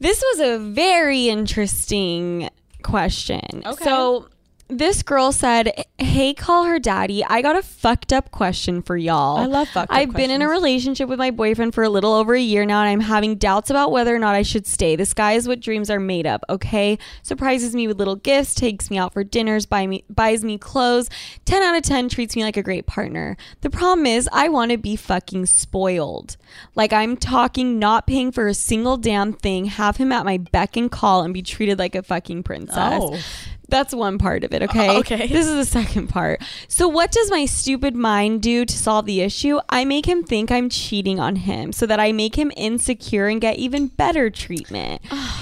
S2: This was a very interesting question.
S3: Okay.
S2: So this girl said, Hey, call her daddy. I got a fucked up question for y'all.
S3: I love fucked up
S2: I've been in a relationship with my boyfriend for a little over a year now, and I'm having doubts about whether or not I should stay. This guy is what dreams are made up, okay? Surprises me with little gifts, takes me out for dinners, buy me, buys me clothes. 10 out of 10 treats me like a great partner. The problem is, I want to be fucking spoiled. Like, I'm talking not paying for a single damn thing, have him at my beck and call, and be treated like a fucking princess.
S3: Oh.
S2: That's one part of it, okay?
S3: [LAUGHS] Okay.
S2: This is the second part. So, what does my stupid mind do to solve the issue? I make him think I'm cheating on him so that I make him insecure and get even better treatment.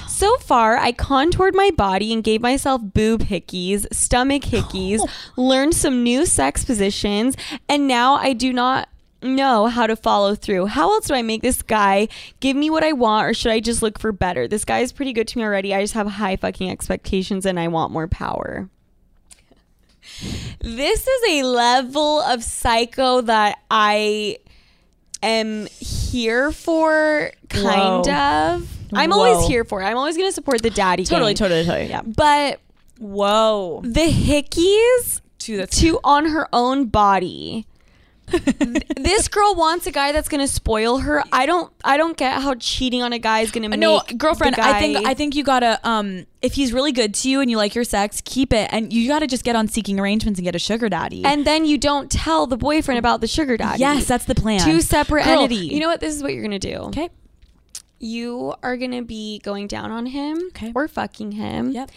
S2: so far, I contoured my body and gave myself boob hickeys, stomach hickeys, learned some new sex positions, and now I do not know how to follow through. How else do I make this guy give me what I want or should I just look for better? This guy is pretty good to me already. I just have high fucking expectations and I want more power. This is a level of psycho that I am here for kind of. I'm
S3: Whoa.
S2: always here for it. I'm always going to support the daddy gang.
S3: totally, totally. Yeah.
S2: But
S3: Whoa.
S2: the hickeys
S3: Dude, that's
S2: [LAUGHS] to on her own body. this girl wants a guy that's going to spoil her. I don't. I don't get how cheating on a guy is going to make
S3: [LAUGHS] no girlfriend.
S2: the
S3: I think
S2: guy-
S3: I think you gotta um if he's really good to you and you like your sex, keep it, and you gotta just get on seeking arrangements and get a sugar daddy.
S2: and then you don't tell the boyfriend about the sugar daddy.
S3: yes, that's the plan.
S2: two separate
S3: Girl,
S2: entities. You know what? This is what you're going to do.
S3: Okay.
S2: You are going to be going down on him
S3: Okay.
S2: or fucking him.
S3: Yep.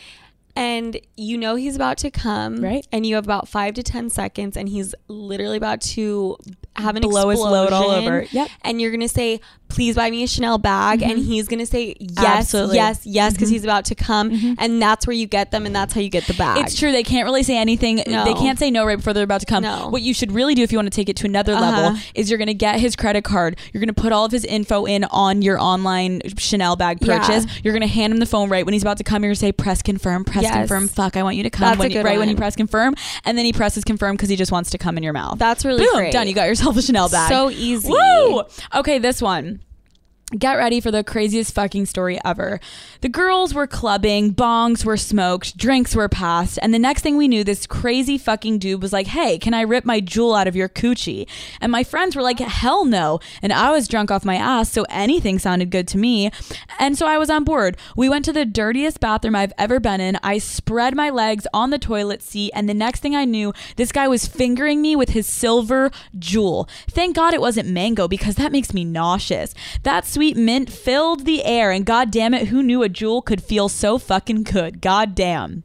S2: And you know he's about to come,
S3: Right.
S2: And you have about five to ten seconds, and he's literally about to have an
S3: Blow his
S2: explosion.
S3: load all over. Yep.
S2: And you're gonna say, "Please buy me a Chanel bag," and he's gonna say, "Yes,
S3: Mm-hmm. Absolutely. Mm-hmm.
S2: yes, yes," because he's about to come, and that's where you get them, and that's how you get the bag.
S3: It's true. They can't really say anything.
S2: No.
S3: They can't say no right before they're about to come.
S2: No.
S3: What you should really do if you want to take it to another level
S2: Uh-huh.
S3: is you're going to get his credit card. You're going to put all of his info in on your online Chanel bag
S2: Yeah.
S3: purchase. You're going to hand him the phone right when he's about to come. You're going to say, press confirm, press
S2: Yes.
S3: confirm. Fuck, I want you to come
S2: That's
S3: when
S2: a
S3: you-
S2: good
S3: right when
S2: one.
S3: you press confirm. And then he presses confirm because he just wants to come in your mouth.
S2: That's really
S3: Boom,
S2: great.
S3: done. You got yourself a Chanel bag.
S2: So easy.
S3: Woo! Okay, this one. Get ready for the craziest fucking story ever. The girls were clubbing, bongs were smoked, drinks were passed, and the next thing we knew, this crazy fucking dude was like, Hey, can I rip my jewel out of your coochie? And my friends were like, Hell no. And I was drunk off my ass, so anything sounded good to me. And so I was on board. We went to the dirtiest bathroom I've ever been in. I spread my legs on the toilet seat, and the next thing I knew, this guy was fingering me with his silver jewel. Thank God it wasn't mango because that makes me nauseous. That sweet mint filled the air, and god damn it, who knew a jewel could feel so fucking good? God damn.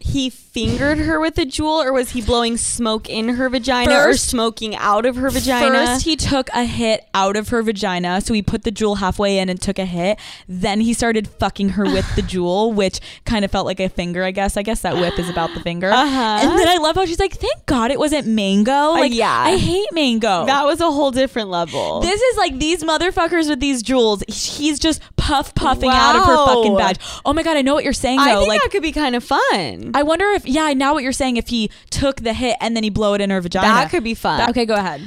S2: He fingered her with a jewel, or was he blowing smoke in her vagina or
S3: First-
S2: smoking out of her vagina?
S3: First, he took a hit out of her vagina, so he put the jewel halfway in and took a hit. Then he started fucking her with
S2: [LAUGHS]
S3: the jewel, which kind of felt like a finger, I guess. I guess that whip is about the finger.
S2: Uh-huh. Uh,
S3: And then I love how she's like, "Thank God it wasn't mango." Like,
S2: yeah.
S3: I hate mango.
S2: that was a whole different level.
S3: This is like these motherfuckers with these jewels. He's just puff puffing out of her
S2: Wow.
S3: fucking badge. Oh my god, I know what you're saying though.
S2: I think
S3: like
S2: that could be kind of fun.
S3: I wonder if yeah, now what you're saying if he took the hit and then he blow it in her vagina.
S2: that could be fun.
S3: Okay, go ahead.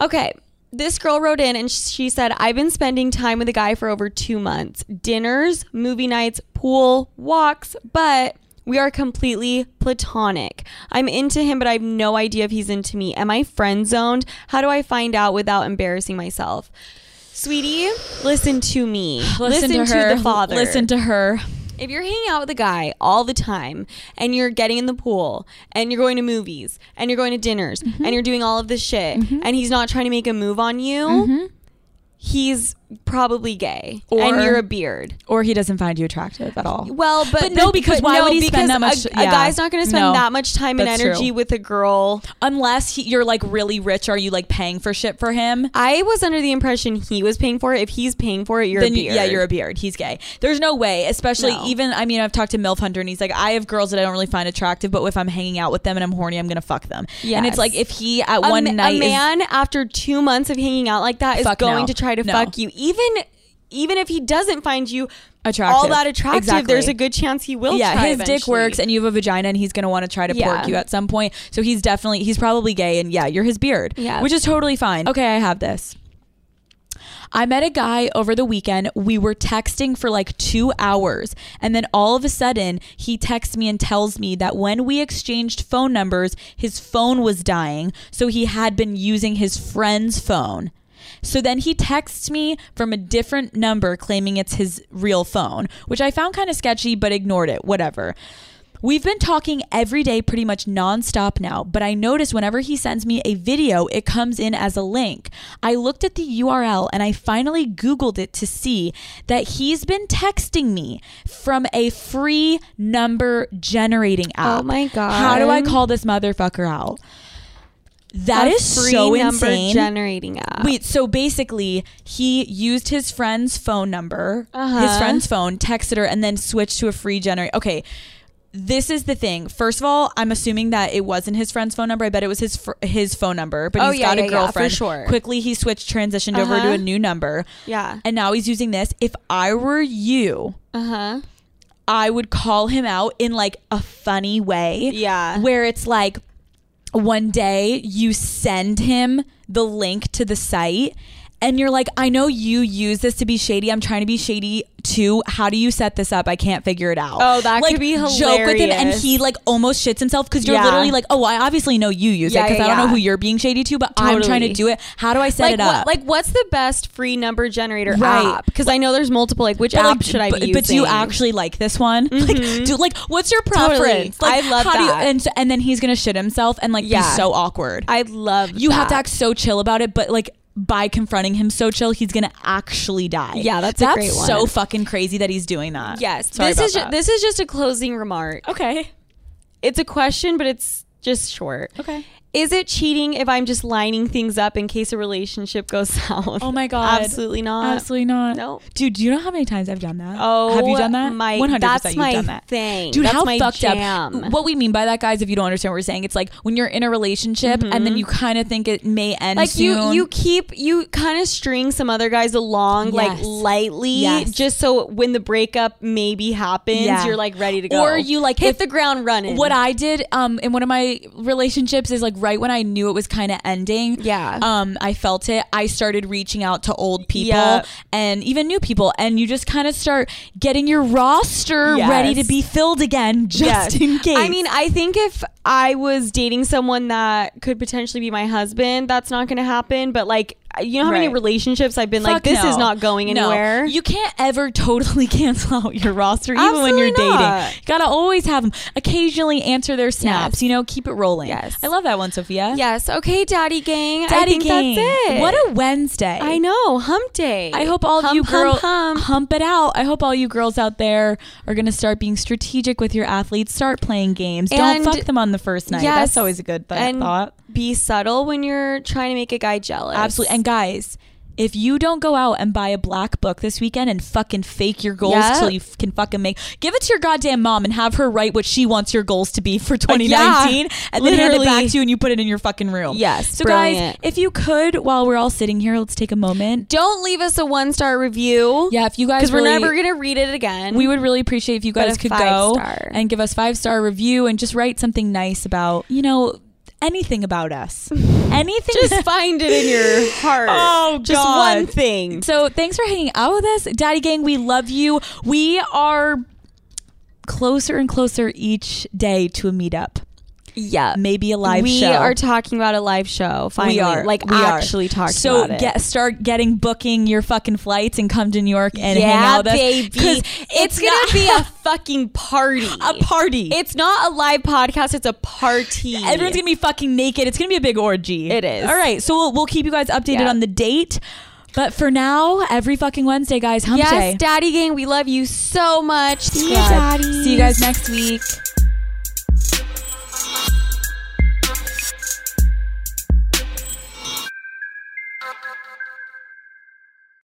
S2: Okay. This girl wrote in and she said, I've been spending time with a guy for over two months dinners, movie nights, pool, walks, but we are completely platonic. I'm into him, but I have no idea if he's into me. Am I friend zoned? How do I find out without embarrassing myself? Sweetie, listen to me.
S3: [SIGHS] Listen, to her.
S2: the father.
S3: Listen to her.
S2: If you're hanging out with a guy all the time and you're getting in the pool and you're going to movies and you're going to dinners
S3: Mm-hmm.
S2: and you're doing all of this shit and he's not trying to make a move on you,
S3: Mm-hmm.
S2: he's probably gay and
S3: Or-
S2: you're a beard.
S3: Or he doesn't find you attractive at all.
S2: Well, but,
S3: But no, because why would he spend that
S2: because
S3: much-
S2: A, a
S3: yeah.
S2: guy's not going to spend
S3: No,
S2: that much time and
S3: that's
S2: energy
S3: true.
S2: with a girl.
S3: Unless he, you're like really rich, are you like paying for shit for him?
S2: I was under the impression he was paying for it. If he's paying for it, you're a
S3: then you-
S2: beard.
S3: yeah, you're a beard. He's gay. There's no way, especially
S2: No.
S3: even. I mean, I've talked to Milf Hunter, and he's like, I have girls that I don't really find attractive, but if I'm hanging out with them and I'm horny, I'm gonna fuck them. and
S2: Yes.
S3: it's like if he at
S2: a,
S3: one
S2: ma- a
S3: night is-
S2: man after two months of hanging out like that is
S3: Fuck
S2: going
S3: no.
S2: to try to
S3: No.
S2: fuck you even even if he doesn't find you
S3: Attractive.
S2: all that attractive
S3: Exactly.
S2: there's a good chance he will
S3: yeah,
S2: try
S3: his dick
S2: eventually.
S3: works, and you have a vagina, and he's gonna want to try to
S2: Yeah.
S3: pork you at some point. So he's definitely he's probably gay, and yeah, you're his beard.
S2: Yeah.
S3: which is totally fine. Okay, I have this. I met a guy over the weekend. We were texting for like two hours. And then all of a sudden, he texts me and tells me that when we exchanged phone numbers, his phone was dying. So he had been using his friend's phone. So then he texts me from a different number claiming it's his real phone, which I found kind of sketchy, but ignored it. Whatever. We've been talking every day pretty much nonstop now, but I notice whenever he sends me a video, it comes in as a link. I looked at the URL and I finally Googled it to see that he's been texting me from a free number generating app.
S2: Oh my God.
S3: How do I call this motherfucker out? That
S2: a
S3: is
S2: free
S3: so
S2: number
S3: insane.
S2: generating app
S3: Wait, so basically, he used his friend's phone number,
S2: Uh-huh.
S3: his friend's phone, texted her, and then switched to a free generate. Okay, this is the thing. First of all, I'm assuming that it wasn't his friend's phone number. I bet it was his fr- his phone number, but
S2: Oh,
S3: he's
S2: yeah,
S3: got
S2: yeah,
S3: a
S2: yeah, for
S3: girlfriend.
S2: sure.
S3: Quickly, he switched, transitioned over
S2: Uh-huh.
S3: to a new number,
S2: yeah
S3: and now he's using this. If I were you,
S2: uh-huh
S3: I would call him out in like a funny way.
S2: Yeah.
S3: [LAUGHS] Where it's like one day you send him the link to the site and you're like, I know you use this to be shady. I'm trying to be shady too. How do you set this up? I can't figure it out.
S2: Oh, that
S3: like,
S2: could be
S3: Joke with him and
S2: hilarious.
S3: he like almost shits himself because you're
S2: Yeah.
S3: literally like, oh, I obviously know you use
S2: Yeah,
S3: it because
S2: yeah,
S3: I don't know
S2: yeah.
S3: who you're being shady to, but I'm
S2: Totally.
S3: trying to do it. How do I set
S2: like,
S3: it up?
S2: What, like what's the best free number generator
S3: Right.
S2: app because i know there's multiple like which
S3: But,
S2: app
S3: like,
S2: should i
S3: but,
S2: be using Mm-hmm.
S3: But do you actually like this one? [LAUGHS] Like, do like what's your
S2: Totally.
S3: preference? Like,
S2: I love
S3: how do you-
S2: that.
S3: and and then he's gonna shit himself and like
S2: Yeah.
S3: be so awkward.
S2: i love
S3: you have to
S2: that.
S3: act so chill about it, but like by confronting him so chill, he's gonna actually die.
S2: Yeah, that's a
S3: that's
S2: great one.
S3: so fucking crazy that he's doing that.
S2: yes
S3: Sorry
S2: this
S3: about
S2: is ju-
S3: that.
S2: this is just a closing remark
S3: Okay.
S2: it's a question, but it's just short.
S3: Okay.
S2: Is it cheating if I'm just lining things up in case a relationship goes [LAUGHS] south?
S3: Oh my God.
S2: Absolutely not.
S3: Absolutely not.
S2: Uh, No.
S3: Dude, do you know how many times I've done that?
S2: Oh,
S3: have you done that?
S2: my-
S3: 100%
S2: that's
S3: you've
S2: my
S3: done that.
S2: thing.
S3: Dude,
S2: That's
S3: how
S2: my
S3: fucked
S2: jam.
S3: up. What we mean by that, guys, if you don't understand what we're saying, it's like when you're in a relationship and then you kind of think it may
S2: Mm-hmm.
S3: end
S2: Like you,
S3: soon.
S2: you keep you kind of string some other guys along like
S3: Yes.
S2: lightly,
S3: Yes.
S2: just so when the breakup maybe happens,
S3: Yeah.
S2: you're like ready to go,
S3: Or you, like,
S2: hit
S3: if-
S2: the ground running.
S3: What I did um, in one of my relationships is like right when I knew it was kind of ending.
S2: Yeah.
S3: Um, I felt it. I started reaching out to old people
S2: Yeah.
S3: and even new people, and you just kind of start getting your roster
S2: Yes.
S3: ready to be filled again, [LAUGHS] just
S2: Yes.
S3: in case.
S2: I mean, I think if I was dating someone that could potentially be my husband, that's not going to happen. But like, you know how many
S3: Right.
S2: relationships I've been like,
S3: Fuck
S2: this
S3: no.
S2: is not going
S3: No.
S2: anywhere.
S3: You can't ever totally [LAUGHS] cancel out your roster, even when you're
S2: Absolutely
S3: dating.
S2: not.
S3: You gotta always have them. Occasionally answer their snaps.
S2: Yes.
S3: You know, keep it rolling.
S2: Yes.
S3: I love that one, Sophia.
S2: yes. Okay, daddy gang. I
S3: Daddy
S2: think
S3: gang.
S2: that's it.
S3: What a Wednesday.
S2: I know. Hump day.
S3: I hope all of
S2: Hump,
S3: you
S2: Hump,
S3: girls
S2: hump.
S3: hump it out. I hope all you girls out there are going to start being strategic with your athletes. Start playing games.
S2: And-
S3: Don't fuck them on the first night. That's
S2: Yes.
S3: always a good th-
S2: And
S3: thought.
S2: Be subtle when you're trying to make a guy jealous.
S3: Absolutely. And guys, if you don't go out and buy a black book this weekend and fucking fake your goals
S2: Yeah.
S3: till you f- can fucking make, give it to your goddamn mom and have her write what she wants your goals to be for 2019 and then hand it back
S2: Literally.
S3: to you and you put it in your fucking room.
S2: Yes,
S3: So,
S2: brilliant.
S3: guys, if you could, while we're all sitting here, let's take a moment.
S2: don't leave us a one star review.
S3: Yeah, if you guys
S2: Because
S3: really,
S2: we're never going to read it again.
S3: we would really appreciate if you
S2: But
S3: guys
S2: a
S3: could
S2: five
S3: go
S2: star.
S3: and give us five star review and just write something nice about you know anything about
S2: [LAUGHS]
S3: us, anything.
S2: just find it in
S3: [LAUGHS]
S2: your heart.
S3: Oh,
S2: just
S3: God.
S2: one thing.
S3: So thanks for hanging out with us, Daddy Gang. We love you. We are closer and closer each day to a meetup,
S2: Yeah,
S3: maybe a live
S2: we
S3: show.
S2: are talking about a live show. Finally,
S3: we are
S2: like
S3: we are.
S2: actually talking
S3: So
S2: about it.
S3: get start getting booking your fucking flights and come to New York and hang
S2: yeah,
S3: out with us.
S2: baby.
S3: 'Cause
S2: It's, gonna
S3: not-
S2: be a [LAUGHS] fucking party.
S3: a party.
S2: It's not a live podcast. It's a party.
S3: Everyone's gonna be fucking naked. It's gonna be a big orgy.
S2: It is.
S3: All right, so we'll, we'll keep you guys updated
S2: Yeah.
S3: on the date. But for now, every fucking Wednesday, guys, hump
S2: yes,
S3: day.
S2: Daddy Gang. We love you so much. See you, Daddy.
S3: See you guys next week.